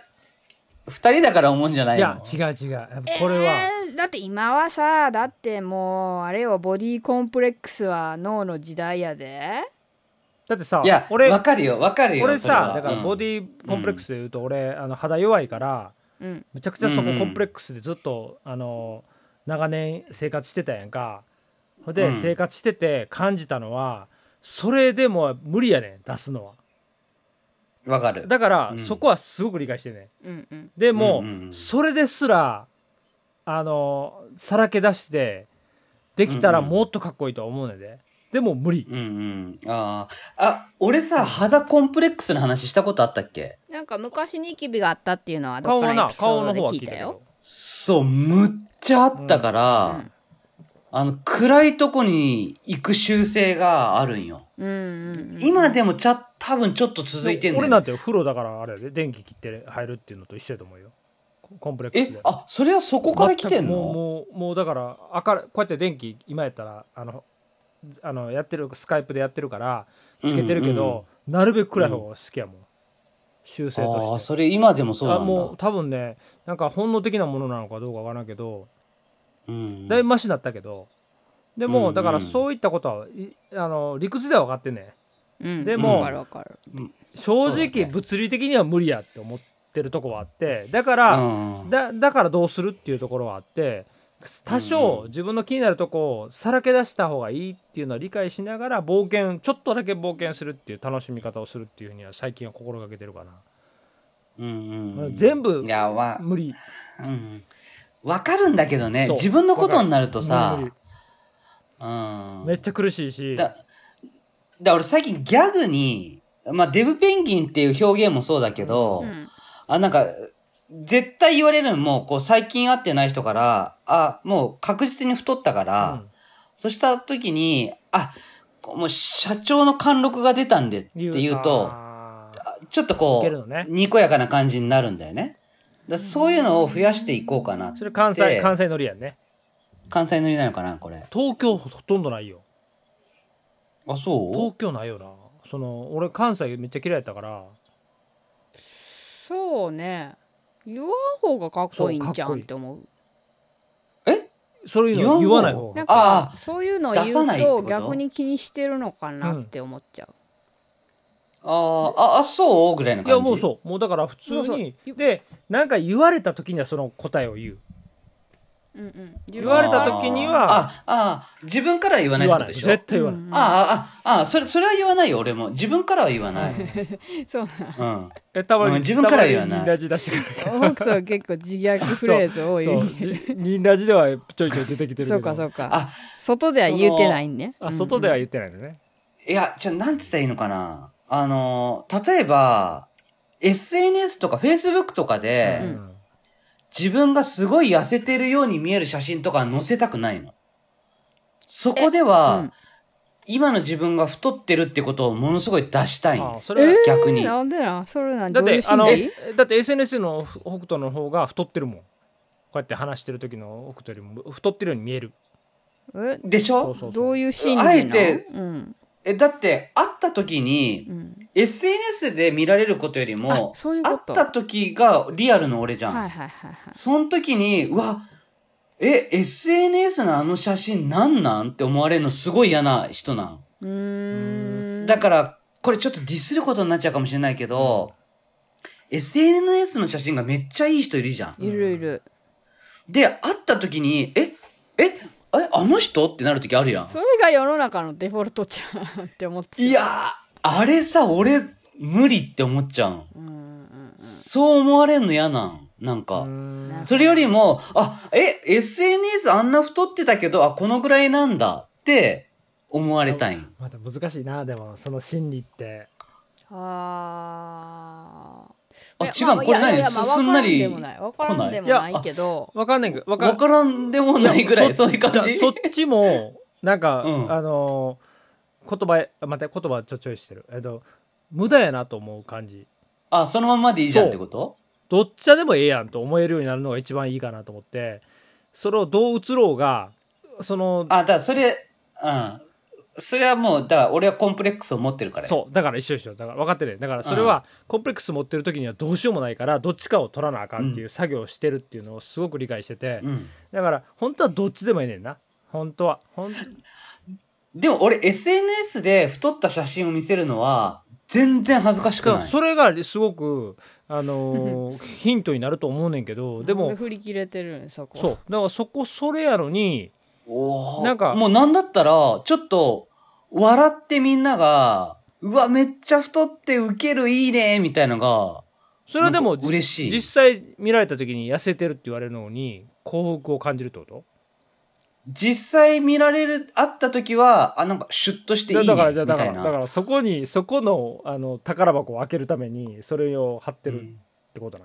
Speaker 4: 二人だから思うんじゃない
Speaker 3: い
Speaker 4: の
Speaker 3: や違う違うやっぱ これは、
Speaker 2: えーだって今はさだってもうあれよボディコンプレックスは脳の時代やで
Speaker 3: だってさ
Speaker 4: いや、
Speaker 3: 俺
Speaker 4: わかるよ、わかるよ。
Speaker 3: 俺
Speaker 4: それは
Speaker 3: さだからボディコンプレックスで言うと、俺あの肌弱いから
Speaker 2: うん
Speaker 3: めちゃくちゃそこ
Speaker 4: うんうん
Speaker 3: コンプレックスでずっと、あの長年生活してたやんかほんで、
Speaker 4: うん
Speaker 3: 生活してて感じたのはそれでも無理やねん出すのは
Speaker 4: うんわかる。
Speaker 3: だから、
Speaker 4: うん
Speaker 3: そこはすごく理解してんねん
Speaker 2: うんうん
Speaker 3: でも、
Speaker 4: うんうんうん
Speaker 3: それですらあのさらけ出してできたら
Speaker 4: うんうん
Speaker 3: もっとかっこいいとは思うねんで、でも無理
Speaker 4: うんうん。あーあ、俺さ、肌コンプレックスの話したことあったっけ
Speaker 2: なんか昔ニキビがあったっていうのはど
Speaker 3: 顔
Speaker 2: っかの
Speaker 3: は
Speaker 2: エ
Speaker 3: な
Speaker 2: ピソ
Speaker 3: 顔
Speaker 2: ード
Speaker 3: の
Speaker 2: で
Speaker 3: 方は
Speaker 2: 聞
Speaker 3: 聞い
Speaker 2: い
Speaker 3: た
Speaker 2: た
Speaker 3: け
Speaker 2: よ
Speaker 3: ど
Speaker 4: そう、むっちゃあったから、
Speaker 2: うんうん
Speaker 4: あの、暗いとこに行く習性があるんよ。
Speaker 2: うんうん
Speaker 4: 今でもちゃ、多分ちょっと続いてんだ
Speaker 3: 俺
Speaker 4: よ
Speaker 3: な
Speaker 4: ね、
Speaker 3: んて風呂だからあれやで電気切って入るっていうのと一緒やと思うよココンプレックス
Speaker 4: え
Speaker 3: で、
Speaker 4: あ、それはそこから来てん
Speaker 3: 全くもう
Speaker 4: の
Speaker 3: もうもうだから明るこうやって電気今やったらあのあのやってるスカイプでやってるからつけてるけど、なるべく暗い方が好きやもん、修正
Speaker 4: ああ
Speaker 3: と
Speaker 4: ー、
Speaker 3: して
Speaker 4: それ今でもそうなんだ。
Speaker 3: もう多分ねなんか本能的なものなのかどうかわからんけど
Speaker 4: うん
Speaker 3: だいぶマシになったけどでも、
Speaker 4: うんうん
Speaker 3: だからそういったことはいあの理屈では分かってんね
Speaker 2: うん
Speaker 3: で
Speaker 4: も
Speaker 2: わかるわかる
Speaker 3: 正
Speaker 4: そうだ
Speaker 3: 直
Speaker 4: ね
Speaker 3: 物理的には無理やって思ってるとこはあってだから、
Speaker 4: うん
Speaker 3: だだからどうするっていうところはあって多
Speaker 4: うん
Speaker 3: 少
Speaker 4: うん
Speaker 3: 自分の気になるとこをさらけ出した方がいいっていうのを理解しながら冒険ちょっとだけ冒険するっていう楽しみ方をするっていうふうには最近は心がけてるかな
Speaker 4: うんうんうん
Speaker 3: 全部
Speaker 4: いやわ、
Speaker 3: 無理
Speaker 4: うん、わかるんだけどね
Speaker 3: そう
Speaker 4: 自分のことになるとさ
Speaker 3: 無理無
Speaker 4: うん
Speaker 3: 理めっちゃ苦しいし
Speaker 4: だだ俺最近ギャグに、まあ、デブペンギンっていう表現もそうだけど、
Speaker 2: うん
Speaker 4: あなんか絶対言われるのもこう最近会ってない人からあもう確実に太ったから、
Speaker 3: うん
Speaker 4: そうした時にあこうもう社長の貫禄が出たんでって言うと
Speaker 3: あー
Speaker 4: あちょっと
Speaker 3: い
Speaker 4: こ
Speaker 3: けるの
Speaker 4: う、
Speaker 3: ね
Speaker 4: にこやかな感じになるんだよねだそういうのを増やしていこうかなって
Speaker 3: それ関西関西乗りやんね
Speaker 4: 関西塗りなのかなこれ
Speaker 3: 東京ほとんどないよ
Speaker 4: あそ
Speaker 3: 東京ないよなその俺関西めっちゃ嫌いやったから
Speaker 2: そうね言わん方がかっこいいんじゃ
Speaker 3: そうかっこ
Speaker 2: ん
Speaker 3: い
Speaker 2: っ
Speaker 3: い
Speaker 2: て思う
Speaker 3: そういうの言わない方
Speaker 4: 言
Speaker 2: なん
Speaker 3: が
Speaker 4: あ
Speaker 2: か
Speaker 4: あ
Speaker 2: そういうのを
Speaker 4: 出
Speaker 2: 言
Speaker 4: さ
Speaker 2: う
Speaker 4: ないってこと
Speaker 2: と逆に気にしてるのかなって思っちゃう、
Speaker 4: うあああそうぐらいの
Speaker 3: い
Speaker 4: 感じ
Speaker 3: やもうそうもうだから普通に
Speaker 2: そうそう
Speaker 3: でなんか言われた時にはその答えを言う
Speaker 2: うんうん、
Speaker 3: 言われた時には
Speaker 4: あああ自分からは言わない
Speaker 3: 言
Speaker 4: って
Speaker 3: わ
Speaker 4: こ
Speaker 3: な
Speaker 4: と
Speaker 3: い
Speaker 4: でし
Speaker 3: 絶対言
Speaker 4: ょあ
Speaker 3: わない、
Speaker 2: うん
Speaker 4: ああああそれそれは言わないよ俺も自分からは言 わない、
Speaker 2: そう
Speaker 4: うん、
Speaker 3: えたま
Speaker 4: う
Speaker 3: に
Speaker 4: ん自分からは言わない
Speaker 3: たまにリンダジ出してくる
Speaker 2: 奥さん結構自虐フレーズ多い
Speaker 3: そうじリンダジではちょいちょい出てきてるけど
Speaker 2: そうかそうか
Speaker 4: あ
Speaker 2: 外では言うてないんね
Speaker 3: あ外では
Speaker 2: うん
Speaker 3: 言ってないのね、
Speaker 4: いやじゃあなんつったらいいのかなあの例えば SNS とか Facebook とかで、
Speaker 2: うん
Speaker 4: 自分がすごい痩せてるように見える写真とか載せたくないのそこでは、
Speaker 2: うん
Speaker 4: 今の自分が太ってるってことをものすごい出したい
Speaker 3: あ
Speaker 4: の
Speaker 3: それは
Speaker 4: 逆に、
Speaker 2: えーなんでなんそれなん
Speaker 3: だ
Speaker 2: ど
Speaker 3: っ
Speaker 2: ういう
Speaker 3: てあ
Speaker 2: 心
Speaker 3: の
Speaker 2: 理
Speaker 3: だって SNS の北斗の方が太ってるもんこうやって話してる時の北斗よりも太ってるように見える
Speaker 2: え
Speaker 4: でしょ
Speaker 3: そうそうそう
Speaker 2: どういう心理なの
Speaker 4: あえて
Speaker 2: うん
Speaker 4: え、だって、会った時に
Speaker 2: う、ん
Speaker 4: SNS で見られることより
Speaker 2: あ
Speaker 4: も、
Speaker 2: そういう
Speaker 4: 会
Speaker 2: こ
Speaker 4: っ
Speaker 2: と
Speaker 4: た時がリアルの俺じゃん。
Speaker 2: はいはいはいはい
Speaker 4: その時に、うわ、え、SNS のあの写真なんなんって思われるのすごい嫌な人なん。
Speaker 2: うーん
Speaker 4: だから、これちょっとディスることになっちゃうかもしれないけど、SNS の写真がめっちゃいい人いるじゃん。
Speaker 2: いるいる
Speaker 4: で、会った時に、え、え、え、あの人ってなる時あるやん。
Speaker 2: それが世の中のデフォルトじゃんって思って
Speaker 4: いやー、あれさ、俺、無理って思っちゃうん。
Speaker 2: うんうん
Speaker 4: そう思われんの嫌なん。なんか。
Speaker 3: うん
Speaker 2: なんか
Speaker 4: それよりも、あ、え、SNS あんな太ってたけど、あ、このぐらいなんだって思われたいん。
Speaker 3: また難しいなでもその心理って
Speaker 2: あ
Speaker 4: あ、
Speaker 2: ー
Speaker 4: 違う、
Speaker 2: まあ
Speaker 4: これ
Speaker 2: いやい
Speaker 4: 何
Speaker 2: や
Speaker 4: すすんなり。
Speaker 2: わからんでも
Speaker 3: 来
Speaker 2: な
Speaker 3: ない
Speaker 2: いけど
Speaker 3: わかんないけどわか
Speaker 4: わ
Speaker 3: ん
Speaker 4: からんでもないぐらい、そういう感
Speaker 3: や
Speaker 4: じ
Speaker 3: そっちもなんか、
Speaker 4: うん
Speaker 3: あの言葉あ待って言葉ちょちょいしてるえっと無駄やなと思う感じ
Speaker 4: あ、そのまんまでいいじゃんってこと
Speaker 3: どっちでもええやんと思えるようになるのが一番いいかなと思ってそれをどう映ろうがその
Speaker 4: あ、だからそれ、うん。それはもう、だから俺はコンプレックスを持ってるから。
Speaker 3: そうだから一緒一緒だから分かってるだからそれはコンプレックス持ってる時にはどうしようもないからどっちかを取らなあかんっていう作業をしてるっていうのをすごく理解してて、
Speaker 4: うん。
Speaker 3: だから本当はどっちでもええねんな本当はほん
Speaker 4: でも俺 SNS で太った写真を見せるのは、全然恥ずかしくない。
Speaker 3: それがすごく、あのーヒントになると思うねんけどで
Speaker 2: なん
Speaker 3: も
Speaker 2: 振り切れてるんそこ
Speaker 3: そうだからそこそれやのに
Speaker 4: おー
Speaker 3: なんか
Speaker 4: もうなんだったら、ちょっと、笑ってみんなが、うわ、めっちゃ太ってウケるいいね、みたいのが、
Speaker 3: それはでも
Speaker 4: なんか嬉しい。
Speaker 3: 実際見られた時に痩せてるって言われるのに幸福を感じるってこと
Speaker 4: 実際見られる、会った時は、あ、なんかシュッとしていいね、
Speaker 3: だ
Speaker 4: み
Speaker 3: からじゃあだか
Speaker 4: た
Speaker 3: ら
Speaker 4: い
Speaker 3: だか
Speaker 4: な。
Speaker 3: らそこにそこのあの宝箱を開けるためにそれを貼って
Speaker 4: う
Speaker 3: るっ
Speaker 4: ん
Speaker 3: てことな、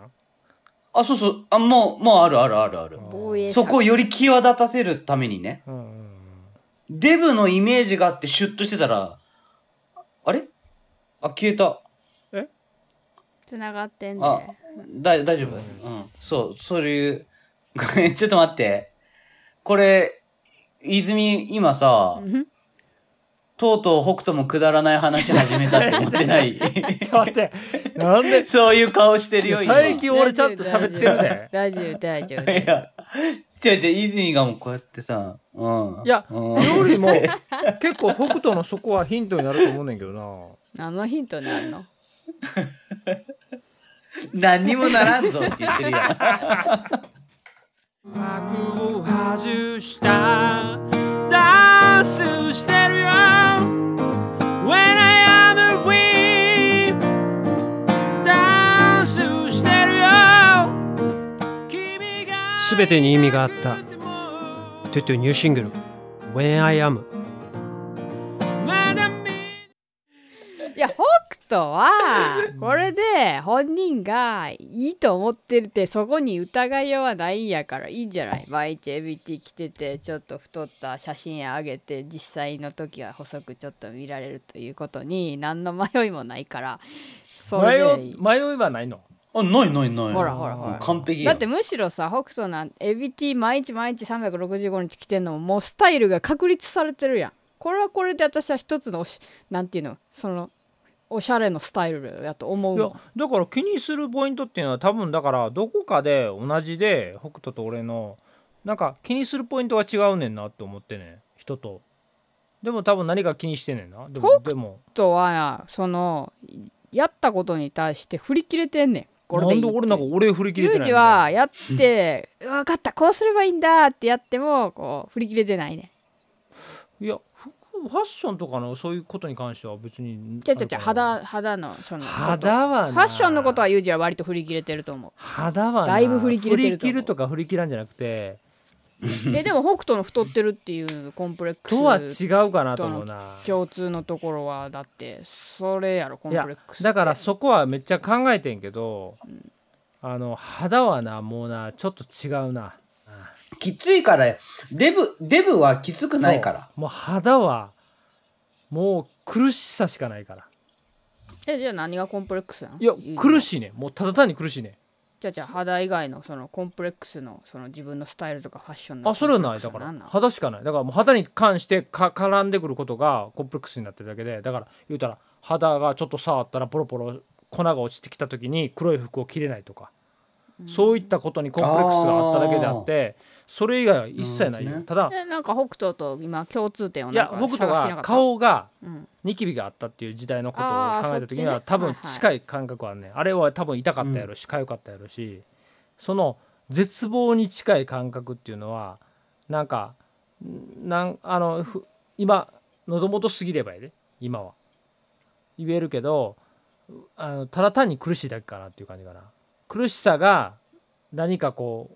Speaker 4: あ、そうそう。あ、もう、もうあるあるあるある。
Speaker 1: 防衛
Speaker 4: そこをより際立たせるためにね。
Speaker 3: うんうんうん
Speaker 4: デブのイメージがあってシュッとしてたら、あれあ、消えた。
Speaker 2: つながってんで
Speaker 4: あ、だ、大丈夫。うん。そう、そういう。 ごめん、ちょっと待って。これ、泉、今さ、
Speaker 2: うん
Speaker 4: とうとう北斗もくだらない話始めたって思っ てない
Speaker 3: ちょっと待ってなんで
Speaker 4: そういう顔してるよ、今。
Speaker 3: 最近俺ちゃんと喋ってるね
Speaker 2: 大丈夫大丈夫
Speaker 4: いや、違う違う、泉がもうこうやってさ、うん。
Speaker 3: いや
Speaker 4: うん
Speaker 3: 料理も結構北斗のそこはヒントになると思うねんけどな
Speaker 2: 何のヒントになるの
Speaker 4: 何にもならんぞって言っ てるやん。
Speaker 5: 幕を外したダンスしてるよ When I am with you ダンスしてるよ君が
Speaker 6: すべてに意味があったトゥトゥニューシングル「When I Am
Speaker 5: まだ
Speaker 2: い
Speaker 5: 見
Speaker 2: や北斗はこれで本人がいいと思ってるってそこに疑いようはないんやからいいんじゃない毎日 ABT 着ててちょっと太った写真上げて実際の時は細くちょっと見られるということに何の迷いもないからそれでいい
Speaker 3: 迷い迷いはないの
Speaker 4: あ、ないないない。
Speaker 2: ほらほらほら
Speaker 4: もう完璧や
Speaker 2: だってむしろさ北斗なんて ABT 毎日毎日365日着てんのももうスタイルが確立されてるやんこれはこれで私は一つのおしなんていうのそのおしゃれのスタイルやと思う
Speaker 3: い
Speaker 2: わ
Speaker 3: やだから気にするポイントっていうのは多分だからどこかで同じで北斗と俺のなんか気にするポイントが違うねんなって思ってね人とでも多分何か気にしてんねんなでもでも
Speaker 2: ちょっとはそのやったことに対して振り切れてんねんこれでいい
Speaker 3: なんで俺なんか俺振り切れ
Speaker 2: ユ
Speaker 3: て
Speaker 2: ー
Speaker 3: ない
Speaker 2: ジ
Speaker 3: んだよ
Speaker 2: はやって「分かったこうすればいいんだ」ってやってもこう振り切れてないね
Speaker 3: いやふファッションとかのそういうことに関しては別に
Speaker 2: ちゃちゃちゃ
Speaker 3: あるかな
Speaker 2: 肌肌のそのこと
Speaker 3: 肌はな
Speaker 2: ファッションのことはユージは割と振り切れてると思
Speaker 3: 肌はな
Speaker 2: だいぶ振り切れてると思
Speaker 3: 振
Speaker 2: う
Speaker 3: り切るとか振り切らんじゃなくて
Speaker 2: うででも北斗の太ってるっていうコンプレック
Speaker 3: とは
Speaker 2: ス
Speaker 3: 違うかなと思うな
Speaker 2: 共通のところはだってそれやろコン
Speaker 3: い
Speaker 2: プレ
Speaker 3: や
Speaker 2: ックス
Speaker 3: だからそこはめっちゃ考えてんけど、あの肌はなもうなちょっと違うな
Speaker 4: きついから、デブ、デブはきつくないから。
Speaker 3: そうもう肌はもう苦しさしかないから
Speaker 2: えじゃあ何がコンプレックスなの
Speaker 3: いや
Speaker 2: ユージ
Speaker 3: 苦しいねもうただ単に苦しいね
Speaker 2: じゃあじゃあ肌以外のそのコンプレックスのその自分のスタイルとかファッションの
Speaker 3: あそれは
Speaker 2: コンプ
Speaker 3: な
Speaker 2: レ
Speaker 3: い
Speaker 2: ックスは
Speaker 3: だから
Speaker 2: 何なの
Speaker 3: 肌しかないだからもう肌に関してか絡んでくることがコンプレックスになってるだけでだから言うたら肌がちょっと触ったらポロポロ粉が落ちてきた時に黒い服を着れないとか、そういったことにコンプレックスがあっただけであってそれ以外は一切ないよ、
Speaker 4: なるほどね
Speaker 3: ただ
Speaker 2: えなんか北斗と今共通点を
Speaker 3: い
Speaker 2: なん
Speaker 3: や
Speaker 2: か探
Speaker 3: 僕
Speaker 2: し
Speaker 3: と
Speaker 2: なかった
Speaker 3: は、顔が
Speaker 2: うん、
Speaker 3: ニキビがあったっていう時代のことを
Speaker 2: あー
Speaker 3: 考えた時に
Speaker 2: そ
Speaker 3: は
Speaker 2: っちね
Speaker 3: 多分近い感覚はねあれは多分痛かったやろしかゆかったやろしその絶望に近い感覚っていうのはなんかんなんあのふ今喉元過ぎればいいで今は言えるけどうあのただ単に苦しいだけかなっていう感じかな苦しさが何かこう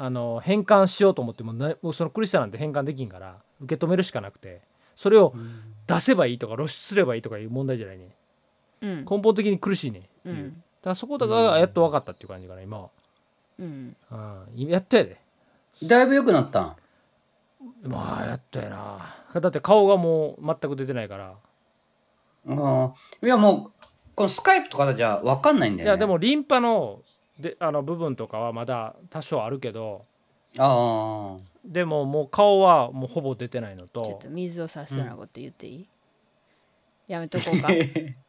Speaker 3: あの変換しようと思ってもなもうその苦しさなんて変換できんから受け止めるしかなくてそれを出せばいいとか露出すればいいとかいう問題じゃないね
Speaker 2: うん
Speaker 3: 根本的に苦しいねって
Speaker 2: う
Speaker 3: いう、だ
Speaker 2: ん
Speaker 3: からそことがやっと分かったっていう感じかな今は、
Speaker 2: うん
Speaker 3: うん、やったやで
Speaker 4: だいぶ良くなったん
Speaker 3: まあやったやなだって顔がもう全く出てないから、
Speaker 4: うん。いや、もう、このスカイプとかだじゃわかんないんだ
Speaker 3: い
Speaker 4: よね。
Speaker 3: やでも、リンパのであの部分とかはまだ多少あるけど
Speaker 4: ああ。
Speaker 3: でももう顔はもうほぼ出てないの
Speaker 2: ちょっ
Speaker 3: と
Speaker 2: と水を差すようなこと言っていい、やめとこうか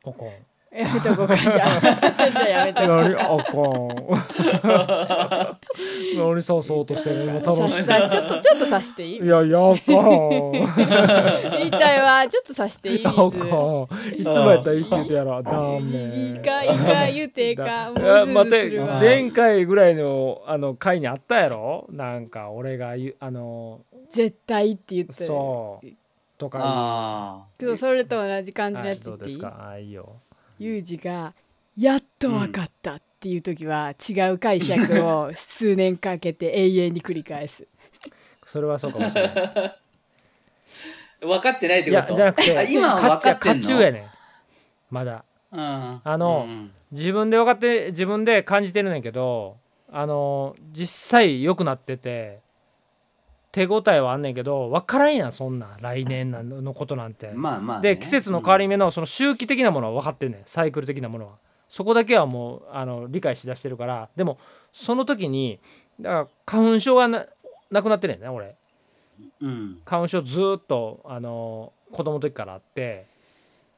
Speaker 3: おこん
Speaker 2: やめとこうかじ ゃあじゃあやめとこう
Speaker 3: 何おこん何さそうとしてるの今
Speaker 2: 差
Speaker 3: 楽し
Speaker 2: し差しちょっとちょっと差していい
Speaker 3: いいやいやおこん
Speaker 2: 言いたいわちょっと差していい水
Speaker 3: そうか。いつもやったらいいって言うてやろ。ダメ。
Speaker 2: いいかいいか言うてえかもう
Speaker 3: だ
Speaker 2: うずう
Speaker 3: 待
Speaker 2: ず
Speaker 3: て
Speaker 2: するわ
Speaker 3: 前回ぐらいのあの回にあったやろなんか俺が言うあの
Speaker 2: 絶対って言ってる
Speaker 3: そうとか
Speaker 4: あ
Speaker 2: けどそれと同じ感じの
Speaker 3: は
Speaker 2: や
Speaker 3: い
Speaker 2: つ
Speaker 3: ど
Speaker 2: 言って
Speaker 3: うで
Speaker 2: い
Speaker 3: す
Speaker 2: い
Speaker 3: かあいいよ
Speaker 2: ユージがやっとわかったっていう時は違う解釈を 数年かけて永遠に繰り返 す
Speaker 3: それはそうかもしれ ない
Speaker 4: あ。分かってないっ
Speaker 3: い
Speaker 4: てこ
Speaker 3: や
Speaker 4: と
Speaker 3: じゃなく
Speaker 4: あ
Speaker 3: て
Speaker 4: 今は分かってん
Speaker 3: 甲
Speaker 4: の
Speaker 3: 冑やねんまだ
Speaker 4: うん。
Speaker 3: あの
Speaker 4: うん
Speaker 3: 自分で分かって自分で感じてるねんけどあの実際良くなってて手応えはあんねんけど分からんやんそんなん来年なんのことなんて、
Speaker 4: まあまあね。
Speaker 3: で季節の変わり目のその周期的なものは分かってんねんサイクル的なものはそこだけはもうあの理解しだしてるからでもその時にだから花粉症がななくなってんねんね俺
Speaker 4: うん。
Speaker 3: 花粉症ずーっとあの子供の時からあって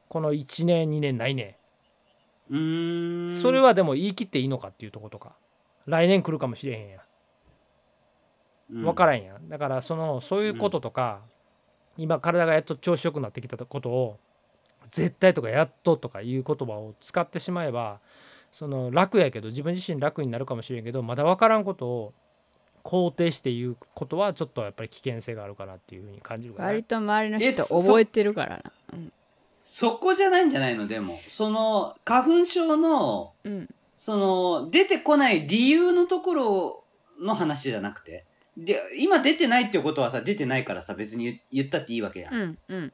Speaker 3: この1年2年ないねん
Speaker 4: うーん。
Speaker 3: それはでも言い切っていいのかっていうとことか来年来るかもしれへんや
Speaker 4: うん、
Speaker 3: 分からんやんだからそのそういうこととか、今体がやっと調子よくなってきたことを絶対とかやっととかいう言葉を使ってしまえばその楽やけど自分自身楽になるかもしれんけどまだ分からんことを肯定して言うことはちょっとやっぱり危険性があるかなっていうふうに感じるかな
Speaker 2: 割と周りの
Speaker 4: え
Speaker 2: 人
Speaker 4: そ
Speaker 2: 覚えてるからな
Speaker 4: そこじゃないんじゃないのでも。その、花粉症の、
Speaker 2: うん
Speaker 4: その、出てこない理由のところの話じゃなくて。で、今出てないっていうことはさ、出てないからさ、別に言言ったっていいわけやん。
Speaker 2: うんうん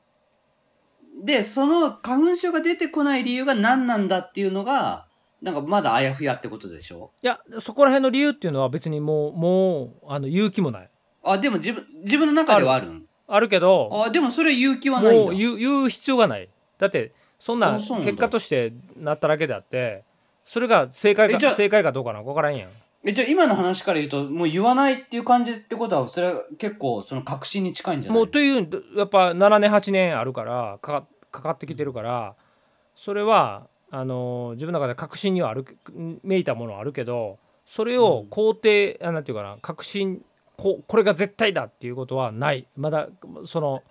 Speaker 4: で、その花粉症が出てこない理由が何なんだっていうのが、なんかまだあやふやってことでしょ
Speaker 3: いやそこら辺の理由っていうのは別にもうもうあの勇気もない
Speaker 4: あ、でも自分、自分の中ではあるん
Speaker 3: あるけど
Speaker 4: あ、でもそれ勇気はないん
Speaker 3: も
Speaker 4: だ。
Speaker 3: う言う言う必要がないだってそんな
Speaker 4: あ
Speaker 3: ん
Speaker 4: そうなんだ
Speaker 3: 結果としてなっただけであってそれが正解
Speaker 4: えじゃ
Speaker 3: か
Speaker 4: あ
Speaker 3: 正解かどうかなんか分からんやん
Speaker 4: え、じゃあ今の話から言うと、もう言わないっていう感じってことは、それは結構その確信に近いんじゃない
Speaker 3: もうというやっぱ7年8年あるからかかかかってきてるからそれはあのー自分の中で確信にはあるめいたものはあるけどそれを肯定、あなんていうかな確信ここれが絶対だっていうことはないまだその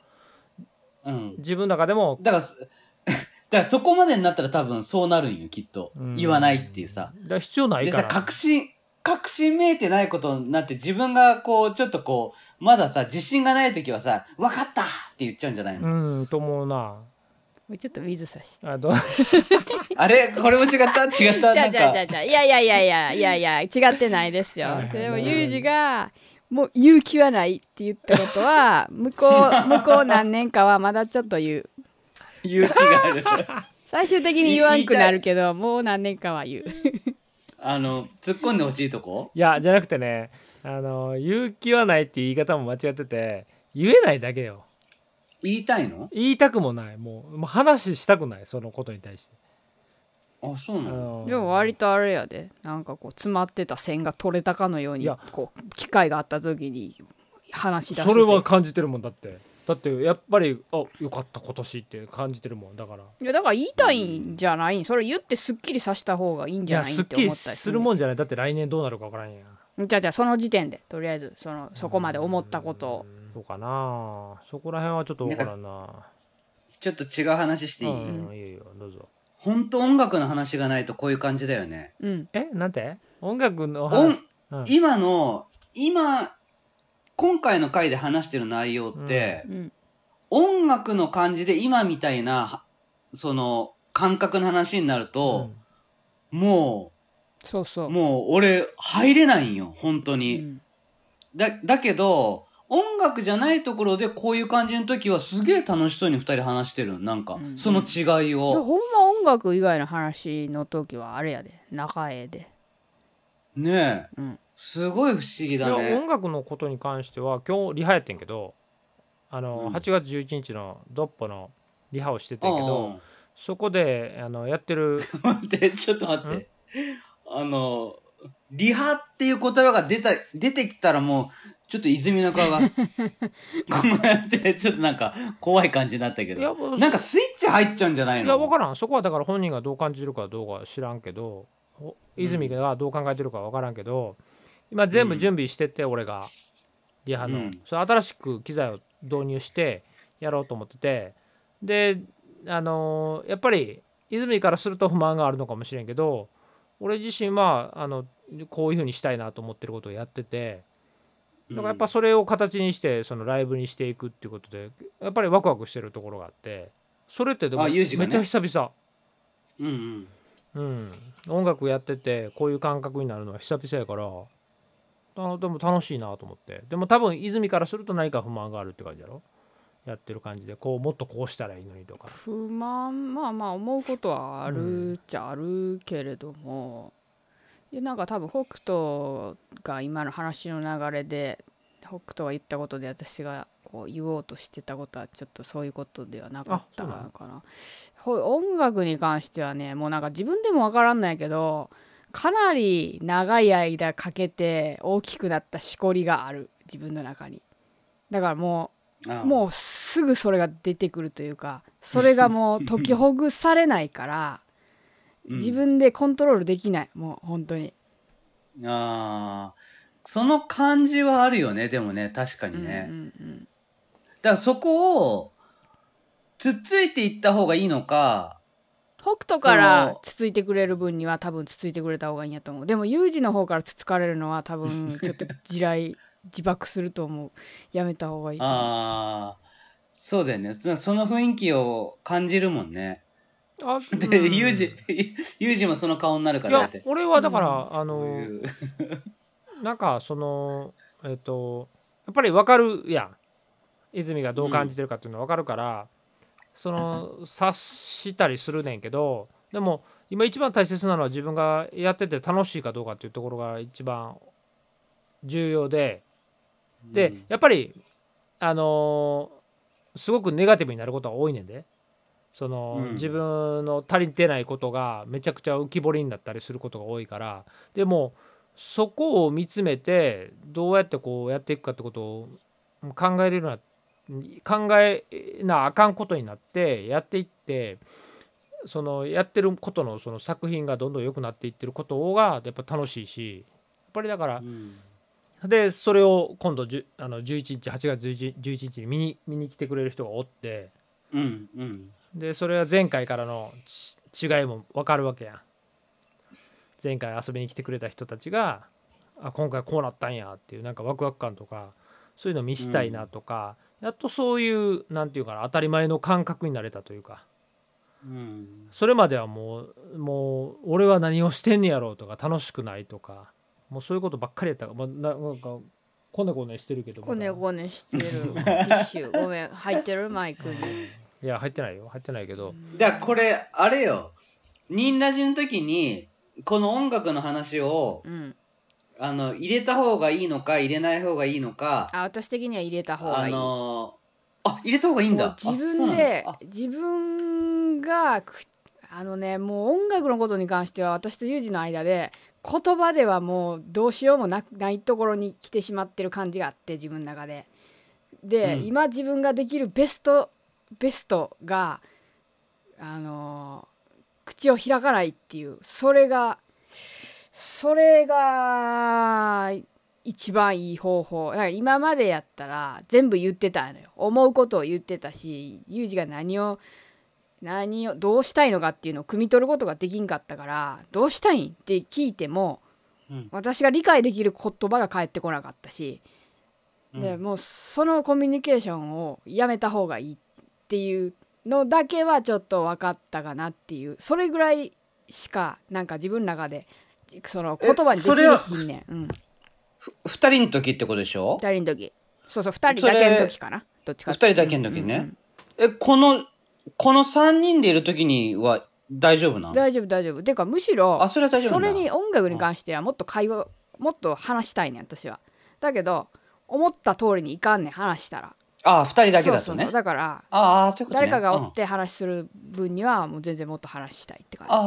Speaker 4: うん。
Speaker 3: 自分の中でも
Speaker 4: だからす、 だからそこまでになったら多分そうなるんよ、きっと
Speaker 3: うん。
Speaker 4: 言わないっていうさ。
Speaker 3: だから必要ない
Speaker 4: で
Speaker 3: か
Speaker 4: さ、
Speaker 3: ら
Speaker 4: 確信、確信めいてないことになって自分がこう、ちょっとこう、まださ、自信がない時はさ、わかったって言っちゃうんじゃないの、
Speaker 3: うんと思うな
Speaker 2: もうちょっと水差して
Speaker 3: あどう
Speaker 4: あれこ れも違った違っ
Speaker 2: じ
Speaker 4: た
Speaker 2: ゃ
Speaker 4: な
Speaker 2: あ
Speaker 4: ん
Speaker 2: じゃあじゃあ、
Speaker 4: か
Speaker 2: じゃあいやいやいやいやいやいや違ってないですよ
Speaker 3: はいはい
Speaker 2: でもユージがもう勇気はないって言ったことは向こう向こう何年かはまだちょっと言う
Speaker 4: 勇気がある。
Speaker 2: 最終的に言わんくなるけどもう何年かは言う
Speaker 4: あの、突っ込んでほしいとこ
Speaker 3: いやじゃなくてねあの勇気はないっていう言い方も間違ってて言えないだけよ
Speaker 4: 言いたいの
Speaker 3: 言いたくもないもうもう話したくないそのことに対して
Speaker 4: あ、そう
Speaker 3: あ
Speaker 4: なの
Speaker 3: の
Speaker 2: でも割とあれやでなんかこう詰まってた線が取れたかのよう
Speaker 3: い
Speaker 2: に
Speaker 3: や
Speaker 2: こう機会があった時に話し出す
Speaker 3: それは感じてるもんだってだってやっぱりあよかった今年って感じてるもんだから
Speaker 2: いやだから言いたいんじゃないそれ言ってすっきりさせた方がいいん
Speaker 3: い
Speaker 2: じゃ
Speaker 3: や
Speaker 2: ない
Speaker 3: す
Speaker 2: っ
Speaker 3: ってき
Speaker 2: 思
Speaker 3: り
Speaker 2: ったり
Speaker 3: するもんじゃないだって来年どうなるかわからんやん
Speaker 2: んじゃあじゃあその時点でとりあえずそのそこまで思ったことを
Speaker 3: そうかなそこら辺はちょっとわからんな
Speaker 4: ちょっと違う話していい、
Speaker 3: うんいいよどうぞ
Speaker 4: ほんと音楽の話がないとこういう感じだよね。
Speaker 2: うん
Speaker 3: えなんて音楽の
Speaker 4: 音
Speaker 3: 話、うん
Speaker 4: 今の、今、今回の回で話してる内容って、
Speaker 2: うん
Speaker 4: 音楽の感じで今みたいな、はその、感覚の話になると、も、
Speaker 2: そうそうう
Speaker 4: もう俺入れないんよ、本当
Speaker 2: う
Speaker 4: に。
Speaker 2: ん
Speaker 4: だ、だけど、音楽じゃないところでこういう感じの時はすげえ楽しそうに二人話してる。なんか
Speaker 2: う、ん
Speaker 4: その違い
Speaker 2: いや
Speaker 4: を。
Speaker 2: ほんま音楽以外の話の時はあれやで仲ええで
Speaker 4: ねえ
Speaker 2: うん。
Speaker 4: すごい不思議
Speaker 3: い
Speaker 4: だ
Speaker 3: や
Speaker 4: ね。
Speaker 3: 音楽のことに関しては今日リハやってんけどあの、
Speaker 4: うん
Speaker 3: 8月11日のドッポのリハをしててんけ
Speaker 4: う
Speaker 3: ど
Speaker 4: ん。
Speaker 3: そこであのやってる
Speaker 4: 待って、ちょっと待って。あの、リハっていう言葉が出た、出てきたらもう、ちょっと泉の 顔が、こうやって、ちょっとなんか、怖い感じになったけ
Speaker 3: いや
Speaker 4: ど
Speaker 3: もう。
Speaker 4: なんかスイッチ入っちゃうんじゃないの
Speaker 3: いや分からんそこはだから本人がどう感じるかどうか知らんけどお泉がどう考えてるか分からんけど、今全部準備してて、俺がリハの、
Speaker 4: うん
Speaker 3: それ新しく機材を導入してやろうと思っててであのーやっぱり泉からすると不満があるのかもしれんけど俺自身はあのこういうふうにしたいなと思ってることをやっててだからやっぱそれを形にしてそのライブにしていくっていうことでやっぱりワクワクしてるところがあってそれってでも
Speaker 4: あ
Speaker 3: め
Speaker 4: ユ
Speaker 3: っ
Speaker 4: ージ
Speaker 3: ち
Speaker 4: が
Speaker 3: ゃ
Speaker 4: ね
Speaker 3: 久々。
Speaker 4: うんう
Speaker 3: う
Speaker 4: ん。
Speaker 3: ん、音楽やっててこういう感覚になるのは久々やからあのでも楽しいなと思ってでも多分泉からすると何か不満があるって感じやろやってる感じでこうもっとこうしたらいいのにとか
Speaker 2: 不満まあまあ思うことはあるっちゃあるけれども、いやなんか多分北斗が今の話の流れで北斗が言ったことで私がこう言おうとしてたことはちょっとそういうことではなかった
Speaker 3: あそうな
Speaker 2: かな。ほい音楽に関してはねもうなんか自分でもわからんないけどかなり長い間かけて大きくなったしこりがある自分の中に。だからもう
Speaker 4: ああ
Speaker 2: もうすぐそれが出てくるというかそれがもう解きほぐされないから、
Speaker 4: うん
Speaker 2: 自分でコントロールできないもう本当に、
Speaker 4: ああ、その感じはあるよね、でもね、確か
Speaker 2: うん
Speaker 4: に
Speaker 2: うん
Speaker 4: ね。
Speaker 2: うん、
Speaker 4: だからそこを、つっついていった方がいいのか、
Speaker 2: 北斗から
Speaker 4: その
Speaker 2: つついてくれる分には多分つついてくれた方がいいんやと思うでもユージの方からつつかれるのは多分ちょっと地雷自爆すると思うやめた方がいい
Speaker 4: ああ、そうだよね。そその雰囲気を感じるもんね。
Speaker 3: あ
Speaker 4: で、
Speaker 3: うん
Speaker 4: ユージ、 ユージもその顔になるか
Speaker 3: い
Speaker 4: らだ
Speaker 3: や
Speaker 4: って。
Speaker 3: 俺はだから、あ
Speaker 4: こう
Speaker 3: の
Speaker 4: いう
Speaker 3: なんかそのえっ、とやっぱり分かるやん泉がどう感じてるかっていうの分かるから、その察したりするねんけどでも今一番大切なのは自分がやってて楽しいかどうかっていうところが一番重要でで、
Speaker 4: うん
Speaker 3: やっぱりあのーすごくネガティブになることが多いねんでその、
Speaker 4: うん
Speaker 3: 自分の足りてないことがめちゃくちゃ浮き彫りになったりすることが多いからでもそこを見つめてどうやってこうやっていくかってことを考えれるな考えなあかんことになってやっていってそのやってることのその作品がどんどん良くなっていってることがやっぱ楽しいしやっぱりだから
Speaker 4: うん
Speaker 3: でそれを今度じゅあの11日8月11 11日に見に見に来てくれる人がおって
Speaker 4: うん、うん。
Speaker 3: でそれは前回からのち違いも分かるわけやん前回遊びに来てくれた人たちがあ今回こうなったんやっていうなんかワクワク感とかそういうの見したいなとか、やっとそういうなんていうかな当たり前の感覚になれたというか
Speaker 4: うん。
Speaker 3: それまではもうもう俺は何をしてんねやろうとか楽しくないとかもうそういうことばっかりやったから、まあ、ななんかこねこねしてるけど
Speaker 2: こね
Speaker 3: まだ
Speaker 2: こねしてるティッシュごめん入ってるマイクに
Speaker 3: いや入ってないよ入ってないけど、
Speaker 4: だからこれ、あれよ。ニンラジの時に、この音楽の話を、
Speaker 2: うん
Speaker 4: あの、入れた方がいいのか、入れない方がいいのか、
Speaker 2: あ私的には入れた方が
Speaker 4: あ
Speaker 2: いい
Speaker 4: のーあ、入れた方がいいんだ。
Speaker 2: もう自
Speaker 4: あそう
Speaker 2: 分
Speaker 4: なんだ
Speaker 2: で自分がくあのねもう音楽のことに関しては私とユージの間で言葉ではもうどうしようもなないところに来てしまってる感じがあって自分の中で。で、
Speaker 4: うん
Speaker 2: 今自分ができるベストベストがあのー口を開かないっていうそれがそれが一番いい方法だから今までやったら全部言ってたのよ思うことを言ってたしユージが何を何をどうしたいのかっていうのを汲み取ることができんかったからどうしたいんって聞いても、
Speaker 4: うん
Speaker 2: 私が理解できる言葉が返ってこなかったし、でもうそのコミュニケーションをやめた方がいいっていうのだけはちょっと分かったかなっていうそれぐらいしかなんか自分の中でその言葉にでき
Speaker 4: それは
Speaker 2: るひんねん、うん、
Speaker 4: ふ二人の時ってことでしょ
Speaker 2: 2人の時そうそう2人だけの時かなどっちか
Speaker 4: 二
Speaker 2: って
Speaker 4: 人だけの時ね。え、この、この三人でいる時には大丈夫なの
Speaker 2: 大丈夫大丈夫ていうかむしろ
Speaker 4: あそれは大丈夫なんだ
Speaker 2: それに音楽に関してはもっと会話もっと話したいねん私はだけど思った通りにいかんねん話したら
Speaker 4: ああ、二人だけだ
Speaker 2: そ
Speaker 4: と
Speaker 2: うそうそ
Speaker 4: ね
Speaker 2: う。だから
Speaker 4: ああ、そういうことね。
Speaker 2: 誰かがおっ
Speaker 4: うん
Speaker 2: て話する分にはもう全然もっと話したいって感じ
Speaker 4: あ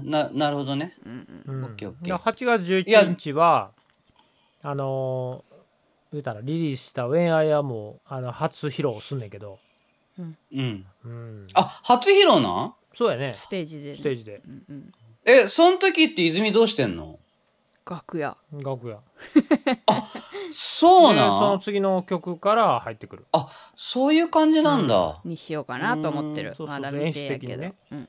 Speaker 4: あ、な、なるほどね。
Speaker 3: うん
Speaker 4: オッケーオッケー
Speaker 3: だから8月11日はあのー言うたらリリースした「When I Am」をあの初披露すんねんけど、
Speaker 4: うん。
Speaker 3: うん、
Speaker 4: あ、初披露なん
Speaker 3: そうやね
Speaker 2: ステージでね、
Speaker 3: ステージで
Speaker 2: うんうん、
Speaker 4: え、その時って泉どうしてんの
Speaker 2: 楽屋
Speaker 3: 楽屋
Speaker 4: そ
Speaker 3: でそ
Speaker 4: うな
Speaker 3: の
Speaker 4: ん
Speaker 3: 次の曲から入ってくる
Speaker 4: そういう感じなんだ。
Speaker 2: にしようかなと思って
Speaker 4: う
Speaker 2: る
Speaker 3: んそうそうそう
Speaker 2: まだ見てや
Speaker 3: 演出的
Speaker 2: け
Speaker 3: に
Speaker 2: ど、
Speaker 3: ね
Speaker 2: うん、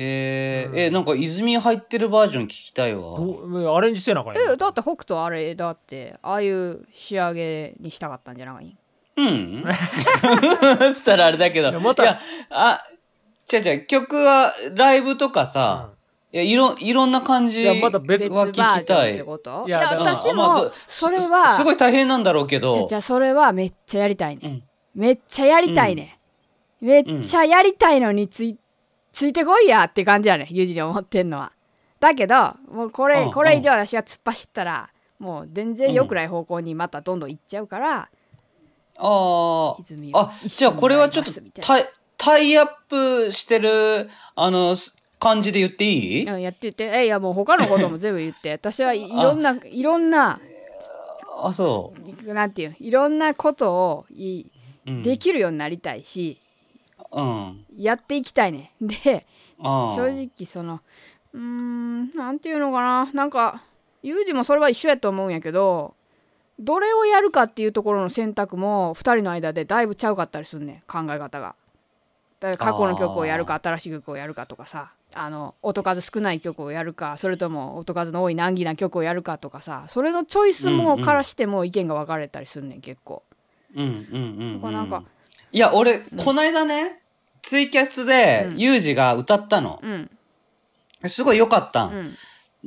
Speaker 4: えー
Speaker 3: うん
Speaker 4: え、なんか泉入ってるバージョン聞きたいわ。
Speaker 3: どうアレンジせなあかんやん
Speaker 2: えだって北斗あれだってああいう仕上げにしたかったんじゃない
Speaker 4: うん。 つったらあれだけど。
Speaker 3: いやまた
Speaker 4: いや、あ、違う違う、曲はライブとかさ、いや、いろ、いろんな感じ
Speaker 3: い
Speaker 4: は
Speaker 3: や
Speaker 4: 聞
Speaker 3: また別
Speaker 2: 別バ
Speaker 4: き
Speaker 2: ージョンった
Speaker 4: い。
Speaker 2: てこと
Speaker 3: い
Speaker 2: い
Speaker 3: や
Speaker 2: や
Speaker 3: だから
Speaker 2: 私
Speaker 4: まあま
Speaker 2: も
Speaker 4: あ
Speaker 2: それは
Speaker 4: すすごい大変なんだろうけ
Speaker 2: じゃ
Speaker 4: ど
Speaker 2: じ、ゃそれはめっちゃやりたいね、
Speaker 4: うん
Speaker 2: めっちゃやりたいね、めっちゃやりたいのについついてこいやって感じやねユージに思ってんのはだけどもうこれ、
Speaker 4: うん
Speaker 2: これ以上私が突っ走ったらもう全然良くない方向にまたどんどん行っちゃうから、
Speaker 4: ああ、
Speaker 2: 泉は
Speaker 4: あ、じゃあこれはちょっと
Speaker 2: 一緒になります
Speaker 4: タイ、タイアップしてる、あの、す感じで言っていい、
Speaker 2: うんやっててえいやもう他のことも全部言 って私はいいろんないろんな
Speaker 4: あ、そ。
Speaker 2: なんていういろんなことをいう
Speaker 4: うん、
Speaker 2: できるようになりたいし、
Speaker 4: うん。
Speaker 2: やっていきたいねで
Speaker 4: ああ。
Speaker 2: 正直そのうーんなんていうのかななんかユージもそれは一緒やと思うんやけどどれをやるかっていうところの選択も2人の間でだいぶちゃうかったりすんねん考え方が。だから過去の曲をやるか新しい曲をやるかとかさあの音数少ない曲をやるかそれとも音数の多い難儀な曲をやるかとかさそれのチョイスも
Speaker 4: うんうん
Speaker 2: からしても意見が分かれたりすんねん結構。
Speaker 4: うんうんうん、うん。
Speaker 2: なんか
Speaker 4: いや、俺、こないだね、ツイキャスで
Speaker 2: う、ん
Speaker 4: ユージが歌ったの。
Speaker 2: うん
Speaker 4: すごい良かった。
Speaker 2: うん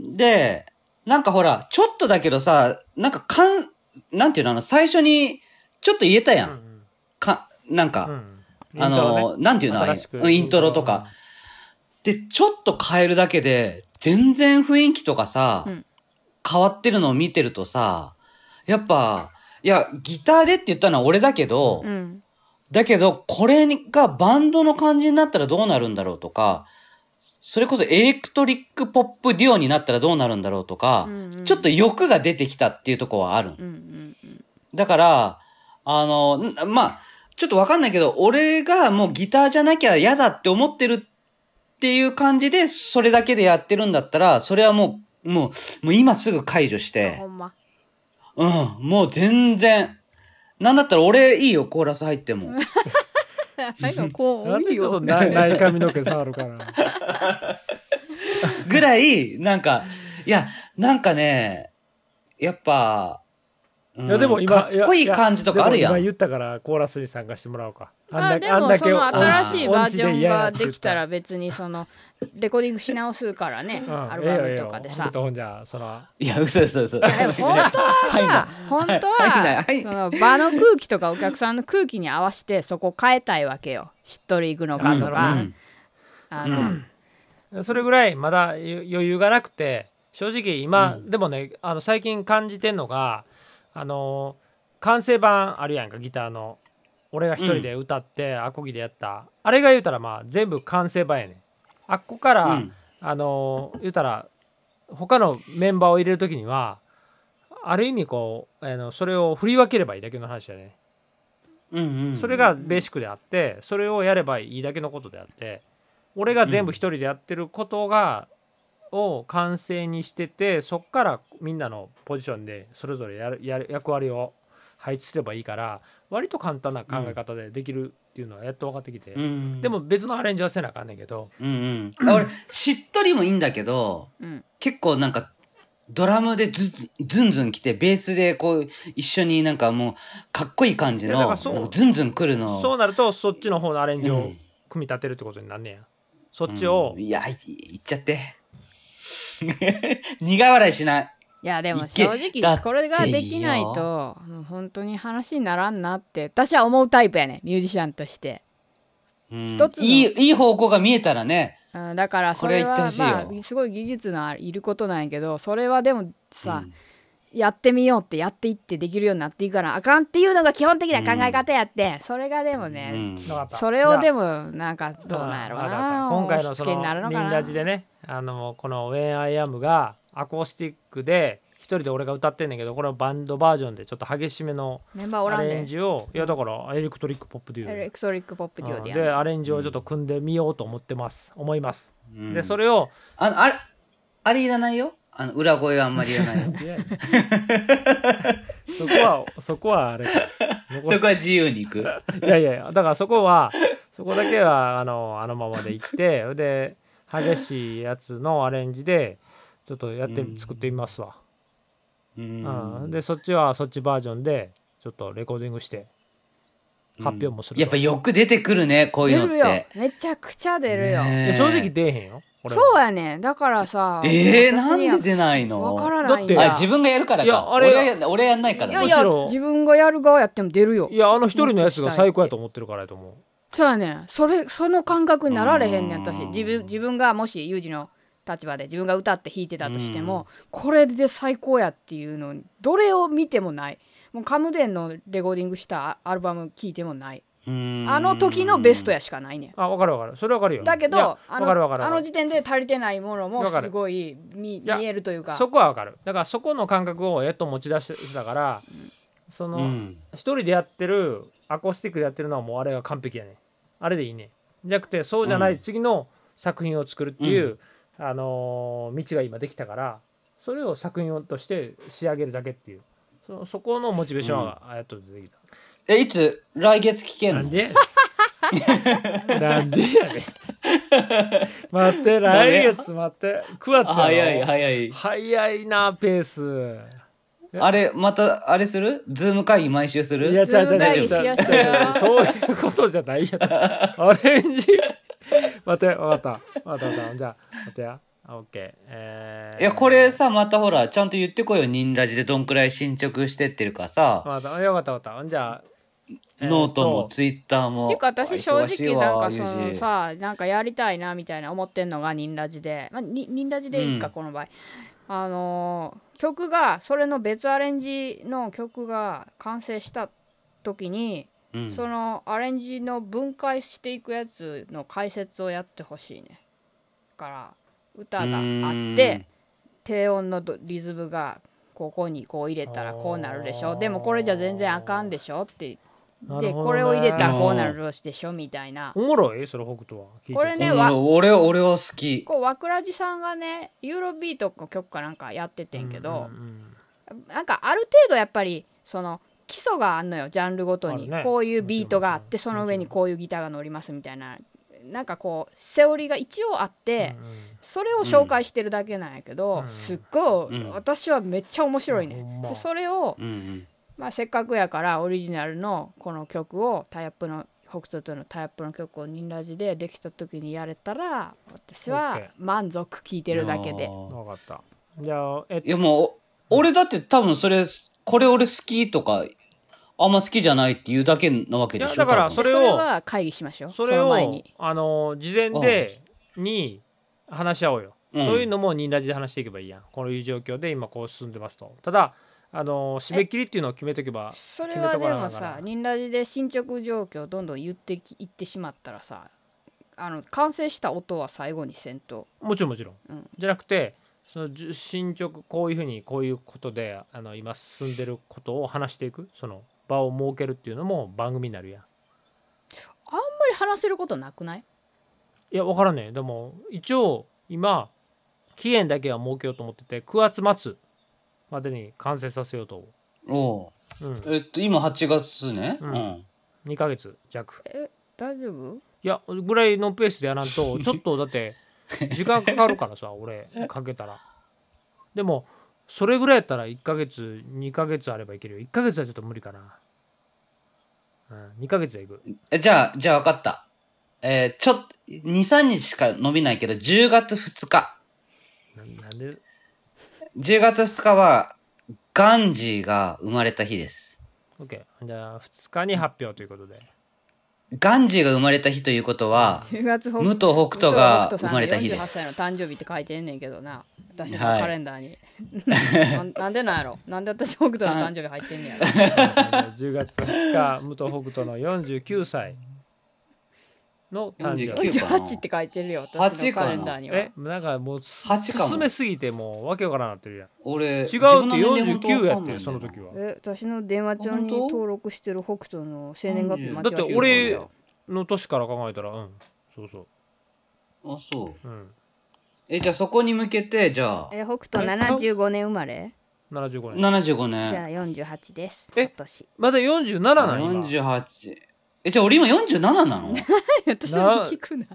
Speaker 2: ん
Speaker 4: で、なんかほら、ちょっとだけどさ、なんかかん、なんていうの、あの、最初に、ちょっと言えたやん。
Speaker 3: うん
Speaker 4: か、なん
Speaker 3: う
Speaker 4: か、
Speaker 3: ん
Speaker 4: あ
Speaker 3: イント
Speaker 4: の、
Speaker 3: ロね
Speaker 4: なんていうの、あれ
Speaker 3: 新しく
Speaker 4: うんイントロとか。で、ちょっと変えるだけで、全然雰囲気とかさ、
Speaker 2: うん
Speaker 4: 変わってるのを見てるとさ、やっぱ、いや、ギターでって言ったのは俺だけど、
Speaker 2: うん
Speaker 4: だけど、これがバンドの感じになったらどうなるんだろうとか、それこそエレクトリックポップデュオになったらどうなるんだろうとか、
Speaker 2: うんうん
Speaker 4: ちょっと欲が出てきたっていうところはある。
Speaker 2: うんうん
Speaker 4: だから、あの、んまあ、ちょっとわかんないけど、俺がもうギターじゃなきゃ嫌だって思ってるっていう感じで、それだけでやってるんだったら、それはもう、もう、もう今すぐ解除し
Speaker 2: ほ
Speaker 4: て、
Speaker 2: んま
Speaker 4: うん、もう全然。なんだったら俺いいよ、コーラス入っても。
Speaker 2: こ
Speaker 3: なんでちょっとな内髪の毛触るから
Speaker 4: ぐらい、なんか、いや、なんかね、やっぱ、うん
Speaker 3: いやでも今
Speaker 4: かっこいい感じとかあるや
Speaker 3: でも今
Speaker 4: ん。
Speaker 3: 言ったからコーラスに参加してもらおうか
Speaker 2: あ
Speaker 3: ん
Speaker 2: で
Speaker 3: だ
Speaker 2: もその新しい
Speaker 3: うん
Speaker 2: バージ
Speaker 3: 音
Speaker 2: ョン
Speaker 3: 痴嫌や
Speaker 2: が
Speaker 3: って言
Speaker 2: で
Speaker 3: っ
Speaker 2: きたら別にそのレコーディングし直すからね
Speaker 3: うん
Speaker 2: アルバムとかで
Speaker 3: ええよええよちょ
Speaker 2: さ
Speaker 3: っ。とほんじゃその
Speaker 4: いや、嘘嘘 嘘。
Speaker 2: でも本当はさ本当
Speaker 4: 入んない
Speaker 2: は
Speaker 4: 入ん
Speaker 2: そ
Speaker 4: ない
Speaker 2: の場の空気とかお客さんの空気に合わせてそこ変えたいわけよしっとりいくのかと
Speaker 3: あ
Speaker 2: か、
Speaker 4: うん
Speaker 2: あの
Speaker 3: それぐらいまだ余余裕がなくて正直今、
Speaker 4: うん
Speaker 3: でもねあの最近感じてんのがあの完成版あるやんかギターの俺が一人で歌って、アコギでやったあれが言うたらまあ全部完成版やねんあっこから、
Speaker 4: うん
Speaker 3: あの言うたら他のメンバーを入れる時にはある意味こうあのそれを振り分ければいいだけの話だね、
Speaker 4: うんうん
Speaker 3: それがベーシックであってそれをやればいいだけのことであって俺が全部一人でやってることが、を完成にしててそっからみんなのポジションでそれぞれやるやる役割を配置すればいいから割と簡単な考え方でできるっていうのはやっと分かってきて、
Speaker 4: うん
Speaker 3: でも別のアレンジはせなあかんねんけど、
Speaker 4: うんうん、俺しっとりもいいんだけど
Speaker 2: うん
Speaker 4: 結構なんかドラムでずずんずん来てベースでこう一緒になんかもうかっこいい感じ
Speaker 3: いやだ
Speaker 4: の
Speaker 3: か
Speaker 4: な
Speaker 3: ら
Speaker 4: ん
Speaker 3: そう
Speaker 4: かずんずん来るの
Speaker 3: そうなるとそっちの方のアレンジ
Speaker 4: う
Speaker 3: を
Speaker 4: ん
Speaker 3: 組み立てるってことになんねや、そっちを、
Speaker 4: うんいやいいっちゃって 苦笑いしない
Speaker 2: いやでも
Speaker 4: いけ
Speaker 2: 正
Speaker 4: だっ
Speaker 2: 直
Speaker 4: て
Speaker 2: これができないともう本当に話にならんなって私は思うタイプやねミュージシャンとして、
Speaker 4: うん
Speaker 2: 一つの
Speaker 4: いいいい方向が見えたらね
Speaker 2: うん、だからそれは
Speaker 4: これは言ってほしいよ
Speaker 2: まあすごい技術のいることなんやけどそれはでもさ、
Speaker 4: うん
Speaker 2: やってみようってやっていってできるようになっていかなあかんっていうのが基本的な考え方やって、それがでも
Speaker 4: う
Speaker 2: ね、
Speaker 4: ん
Speaker 3: 分かった
Speaker 2: それをで
Speaker 3: も
Speaker 2: もなんかどうなんやろうな
Speaker 3: 今回の
Speaker 2: 押し
Speaker 3: そ
Speaker 2: 付けになる
Speaker 3: の
Speaker 2: の
Speaker 3: リ
Speaker 2: か
Speaker 3: ン
Speaker 2: な
Speaker 3: ダジでねあのこの「When I Am」がアコースティックで一人で俺が歌ってんねんけどこれをバンドバージョンでちょっと激しめの
Speaker 2: メンバーお
Speaker 3: ア
Speaker 2: らん
Speaker 3: レン
Speaker 2: で
Speaker 3: ジをいやだからエレクトリックポップデュ
Speaker 2: エレ
Speaker 3: ー
Speaker 2: クトリックポップデュ
Speaker 3: ル
Speaker 2: オ
Speaker 3: うん
Speaker 2: で
Speaker 3: で
Speaker 2: やる
Speaker 3: アレンジをちょっと組んでみようと思ってます思います、
Speaker 4: うん
Speaker 3: でそれを
Speaker 4: あのあれあれいらないよあの裏声はあんまりいらない よ
Speaker 3: そこはそこはあ れか残
Speaker 4: そ
Speaker 3: し
Speaker 4: こは自由に行く
Speaker 3: いやいやいやだからそこはそこだけはあのあのままでいってで激しいやつのアレンジでちょっとやって
Speaker 4: うん
Speaker 3: 作ってみますわ、
Speaker 4: う
Speaker 3: うんでそっちはそっちバージョンでちょっとレコーディングして
Speaker 4: うん
Speaker 3: 発表もするわ
Speaker 4: やっぱよく出てくるねこういうの
Speaker 2: 出
Speaker 4: っ
Speaker 2: る
Speaker 4: て
Speaker 2: よめちゃくちゃ出るよ、
Speaker 3: い
Speaker 4: ねえ
Speaker 3: や正直出えへんよ俺は
Speaker 2: そうやねんだからさ
Speaker 4: えー、な
Speaker 2: 私
Speaker 4: ん
Speaker 2: には
Speaker 4: で出ないの
Speaker 2: わからないんだ
Speaker 4: あ自分がやるから
Speaker 3: いや
Speaker 4: か
Speaker 3: あれ
Speaker 4: 俺はや俺はやんないから
Speaker 2: い
Speaker 4: ね
Speaker 2: やい
Speaker 3: む
Speaker 2: や
Speaker 3: しろ
Speaker 2: 自分がやる側やっても出るよ
Speaker 3: いやあの一人のやつが最高やと思ってるからやと思
Speaker 2: そうやねんそれその感覚になられへんねん私
Speaker 4: うん
Speaker 2: 自分自分がもしユージの立場で自分が歌って弾いてたとしてもこれで最高やっていうのにどれを見てもないもうカムデンのレコーディングしたアルバム聴いてもないあ
Speaker 4: あ
Speaker 2: の時のベストやしかないねん
Speaker 3: うあ分かる分かるそれ分かるよ
Speaker 2: だけ
Speaker 3: いや
Speaker 2: どあ
Speaker 3: 分かる分かる
Speaker 2: のあ
Speaker 3: 分か
Speaker 2: の
Speaker 3: る
Speaker 2: 時点で足りてないものも
Speaker 3: わかる
Speaker 2: すごい見
Speaker 3: いや
Speaker 2: 見えるというか
Speaker 3: そこは分かるだからそこの感覚をやっと持ち出してたからその、
Speaker 4: うん
Speaker 3: 一人でやってるアコースティックでやってるのはもうあれが完璧やねあれでいいねじゃなくてそうじゃない
Speaker 4: うん
Speaker 3: 次の作品を作るっていう、あのー道が今できたからそれを作品をとして仕上げるだけっていうそそこのモチベーションはやっと出てきた、
Speaker 4: えいつ来月聞けん
Speaker 3: なん
Speaker 4: の
Speaker 3: でやねん なんでやねん待って来月待って9月やろ
Speaker 4: 早い早い
Speaker 3: 早いなペース
Speaker 4: あれまたあれするズーム会議毎週する
Speaker 3: いや、ちゃうちゃうちゃうち
Speaker 2: ズーム会議し
Speaker 3: ゃ
Speaker 2: や
Speaker 3: う
Speaker 2: すいな
Speaker 3: そういうことじゃ ないやろ。アレンジ。待って、わかった。わかった、わかった。じゃあ、待ってや。あオッケー。えー、
Speaker 4: いやこれ。さまたほらちゃんと言ってこいよニンラジでどんくらい進捗してってるかさ、
Speaker 3: わかった、よかった、わかった。じゃあ、えーと
Speaker 4: ノートもツイッターも
Speaker 2: ていうか私正
Speaker 4: 忙しい
Speaker 2: 直なん
Speaker 4: わ
Speaker 2: かそ
Speaker 4: ユー
Speaker 2: の
Speaker 4: ジ
Speaker 2: さなんかやりたいなみたいな思ってんのがニンラジで、まあ、ニニンラジでいいか、
Speaker 4: うん
Speaker 2: この場合あのー曲がそれの別アレンジの曲が完成した時に、
Speaker 4: うん
Speaker 2: そのアレンジの分解していくやつの解説をやってほしいねから歌があって低音のどリズムがここにこう入れたらこうなるでし
Speaker 3: あ
Speaker 2: ょ
Speaker 3: ー
Speaker 2: でもこれじゃ全然あかんでしょって
Speaker 3: なる
Speaker 2: で
Speaker 3: ほどね
Speaker 2: これを入れたらこうなるでしょみたいな
Speaker 3: おもろいそれ、北斗は。聞いてて
Speaker 2: これ
Speaker 4: う
Speaker 2: ね
Speaker 4: ん
Speaker 2: わ
Speaker 4: 俺は俺は好き
Speaker 2: こう和倉寺さんがねユーロビートの曲かなんかやっててんけど
Speaker 3: う、んうん
Speaker 2: なんかある程度やっぱりその基礎があんのよジャンルごとに、
Speaker 3: あるね
Speaker 2: こういうビートがあっ
Speaker 3: も
Speaker 2: て
Speaker 3: ちろ
Speaker 2: そ
Speaker 3: ん
Speaker 2: の上にこういうギターが乗りますみたいななんかこうセオリーが一応あっ
Speaker 3: うん
Speaker 2: て、それを紹介してるだけなんやけど、
Speaker 3: うん
Speaker 2: すっごい、
Speaker 4: うん
Speaker 2: 私はめっちゃ面白いね、
Speaker 3: ほんま
Speaker 2: でそれを、
Speaker 4: うんうん
Speaker 2: まあ、せっかくやからオリジナルのこの曲をタイアップの北斗とのタイアップの曲をニンラジでできた時にやれたら私は
Speaker 3: OK
Speaker 2: 満足聴いてるだけで
Speaker 4: い
Speaker 3: わかった。じゃあ、えっと
Speaker 4: やもうお俺だって多分それこれ俺好きとかあんま好きじゃないって言うだけなわけでしょ
Speaker 3: いやだから
Speaker 4: 多
Speaker 2: そ
Speaker 4: 分
Speaker 3: それ
Speaker 2: れ
Speaker 3: を
Speaker 2: は会議しましょうそ
Speaker 3: それ
Speaker 2: の
Speaker 3: を
Speaker 2: 前に
Speaker 3: あの事前でに話し合おうよ、
Speaker 4: うん
Speaker 3: そういうのもニンラジで話していけばいいやんこういう状況で今こう進んでますとただあの締め切りっていうのを決めとけば
Speaker 2: それはでも
Speaker 3: 決めとかなあか
Speaker 2: さ
Speaker 3: んな
Speaker 2: ニンラジで進捗状況をどんどん言ってき言ってしまったらさあの完成した音は最後にせんと
Speaker 3: もちろんもちろん、
Speaker 2: うん
Speaker 3: じゃなくてそのじゅ進捗こういうふうにこういうことであの今進んでることを話していくその場を設けるっていうのも番組になるやん
Speaker 2: あんまり話せることなくない
Speaker 3: いや分からんねでも一応今期限だけは設けようと思ってて9月末までに完成させようと、
Speaker 4: おう
Speaker 3: うん、
Speaker 4: えっと、今8月ね。
Speaker 3: う
Speaker 4: うんん。
Speaker 3: 2ヶ月弱
Speaker 2: 大丈夫
Speaker 3: いやぐらいのペースでやらん とちょっとだって時間かかるからさ俺かけたらでもそれぐらいやったら1ヶ月2ヶ月あればいけるよ1ヶ月はちょっと無理かな、うん、2ヶ月でいく
Speaker 4: えじゃあ、じゃあ分かった。えーちょっと、2、3日しか伸びないけど、10月2日。
Speaker 3: ななんで
Speaker 4: 10月2日は、ガンジーが生まれた日です。
Speaker 3: OK じゃあ2日に発表ということで
Speaker 4: ガンジーが生まれた日ということは、
Speaker 2: 10月北
Speaker 4: 武藤北斗が生まれた日で
Speaker 2: 48
Speaker 4: す。
Speaker 2: 歳の誕生日って書いてんねんけどな私の
Speaker 4: はい
Speaker 2: カレンダー に、なんなんでなんやろなんで私北斗の誕生日入ってんねやろ
Speaker 3: 10月2日武藤北斗の49歳の誕生日
Speaker 4: 49
Speaker 2: 48って書いてるよ私の
Speaker 4: 8かな
Speaker 2: カレンダーには
Speaker 3: えなんかもう
Speaker 4: 八かも
Speaker 3: 進めすぎてもうわけわからなくなってるやん違
Speaker 4: 俺、
Speaker 3: うって49やってその時は
Speaker 2: え私の電話帳
Speaker 4: 帳
Speaker 2: に
Speaker 4: に
Speaker 2: 登
Speaker 4: 登
Speaker 2: 録してる北斗の生
Speaker 4: 年
Speaker 2: 年
Speaker 4: 月
Speaker 2: 月日
Speaker 4: 日間
Speaker 2: 間
Speaker 4: 違
Speaker 2: 違
Speaker 4: え
Speaker 2: え
Speaker 4: て
Speaker 2: て
Speaker 3: だ
Speaker 4: る
Speaker 3: って俺の年から考えたらうんそうそ
Speaker 4: あ、そう。
Speaker 3: ううん
Speaker 4: え、じゃあそこに向けて、じゃあ、
Speaker 2: え北斗75年生まれ
Speaker 3: 75年
Speaker 4: 75
Speaker 2: じゃあ
Speaker 4: 年。
Speaker 2: 48です
Speaker 3: え
Speaker 2: 今年
Speaker 3: まだ47なん今
Speaker 4: 48。え、じゃあ俺今47なの
Speaker 2: 私も聞くな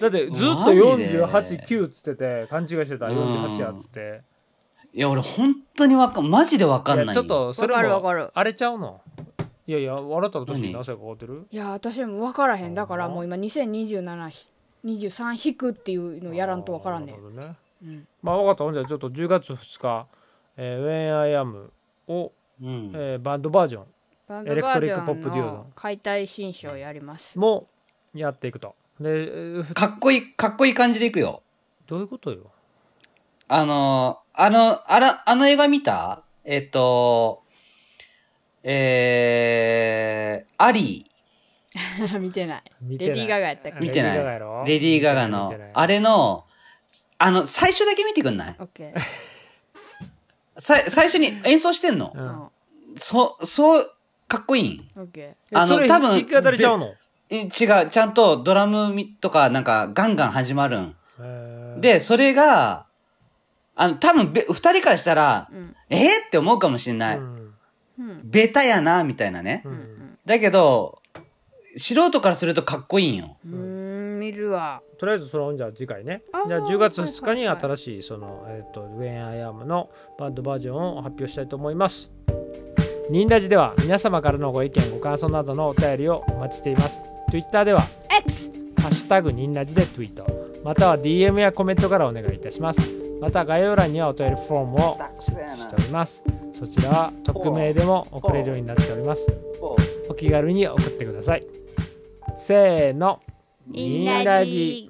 Speaker 3: だってずっと
Speaker 4: マジで
Speaker 3: 489っつってて勘違いしてた48やっつって
Speaker 4: いや、俺本当にわかん、マジでわかんない
Speaker 3: い
Speaker 4: よ。
Speaker 3: やちょっとそれ
Speaker 2: わかるわか
Speaker 3: も
Speaker 2: る
Speaker 3: あれちゃうのいやいや笑ったら年何歳か変わってる
Speaker 2: いや私も分からへんだから
Speaker 3: あー
Speaker 2: もう今2027ひ23引くっていうのをやらんと分からんね
Speaker 3: あー
Speaker 2: ん
Speaker 3: なるほどね
Speaker 2: うん
Speaker 3: まあ分かったほんじゃちょっと10月2日「えー When I Am」を、
Speaker 4: うん。
Speaker 3: えーバンドバージョン
Speaker 2: バンドバージ
Speaker 3: エレクトリックポ
Speaker 2: ョ
Speaker 3: ッ
Speaker 2: ン
Speaker 3: プデュオ
Speaker 2: の
Speaker 3: の
Speaker 2: 解体新書をやります
Speaker 3: もやっていくとでえーふ
Speaker 4: かっこいい、かっこいい感じでいくよ。
Speaker 3: どういうことよ
Speaker 4: あのー、あの、あら、あの映画見たえっと、えー、アリ
Speaker 2: 見てない
Speaker 3: 見
Speaker 2: レ
Speaker 3: て
Speaker 2: デ
Speaker 3: な
Speaker 2: ィ
Speaker 3: い
Speaker 2: ー・ガガやったっけ
Speaker 4: 見てない
Speaker 3: レディーガガやろ
Speaker 4: ー、レディー・ガガ
Speaker 3: 見
Speaker 4: の
Speaker 3: てない、
Speaker 4: あれの、あの、最初だけ見てくんない
Speaker 2: オッケ
Speaker 4: さい最初に演奏してんの
Speaker 3: う。
Speaker 2: ーうんん
Speaker 4: そ、そう、かっこいいん
Speaker 2: オッケ
Speaker 3: え
Speaker 4: あの
Speaker 3: それ
Speaker 4: 多分
Speaker 3: 弾き語りちゃうの
Speaker 4: え違う、ちゃんとドラムみとかなんかガンガン始まるん。
Speaker 3: えー
Speaker 4: で、それが、あの、多分べ、二人からしたら
Speaker 2: ー、うん
Speaker 4: えー、って思うかもしれない。
Speaker 3: うん
Speaker 2: うん
Speaker 4: ベタやな、みたいなね。
Speaker 2: うん
Speaker 4: だけど、素人からするとかっこいいんよ。
Speaker 2: うんうーん見るわ
Speaker 3: とりあえずそれほんじゃあ次回ね
Speaker 2: あー
Speaker 3: じゃあ10月2日に
Speaker 2: はいはいは
Speaker 3: 新しいその「えー、と When I Am」のバンドバージョンを発表したいと思いますニンラジでは皆様からのご意見ご感想などのお便りをお待ちしています Twitter では「
Speaker 2: X
Speaker 3: ハッシュタグニンラジでツイート、または DM やコメントからお願いいたします。また概要欄にはお便りフォームをしております。そちらは匿名でも送れるようになっております。お気軽に送ってください。せーの、
Speaker 1: みんなじ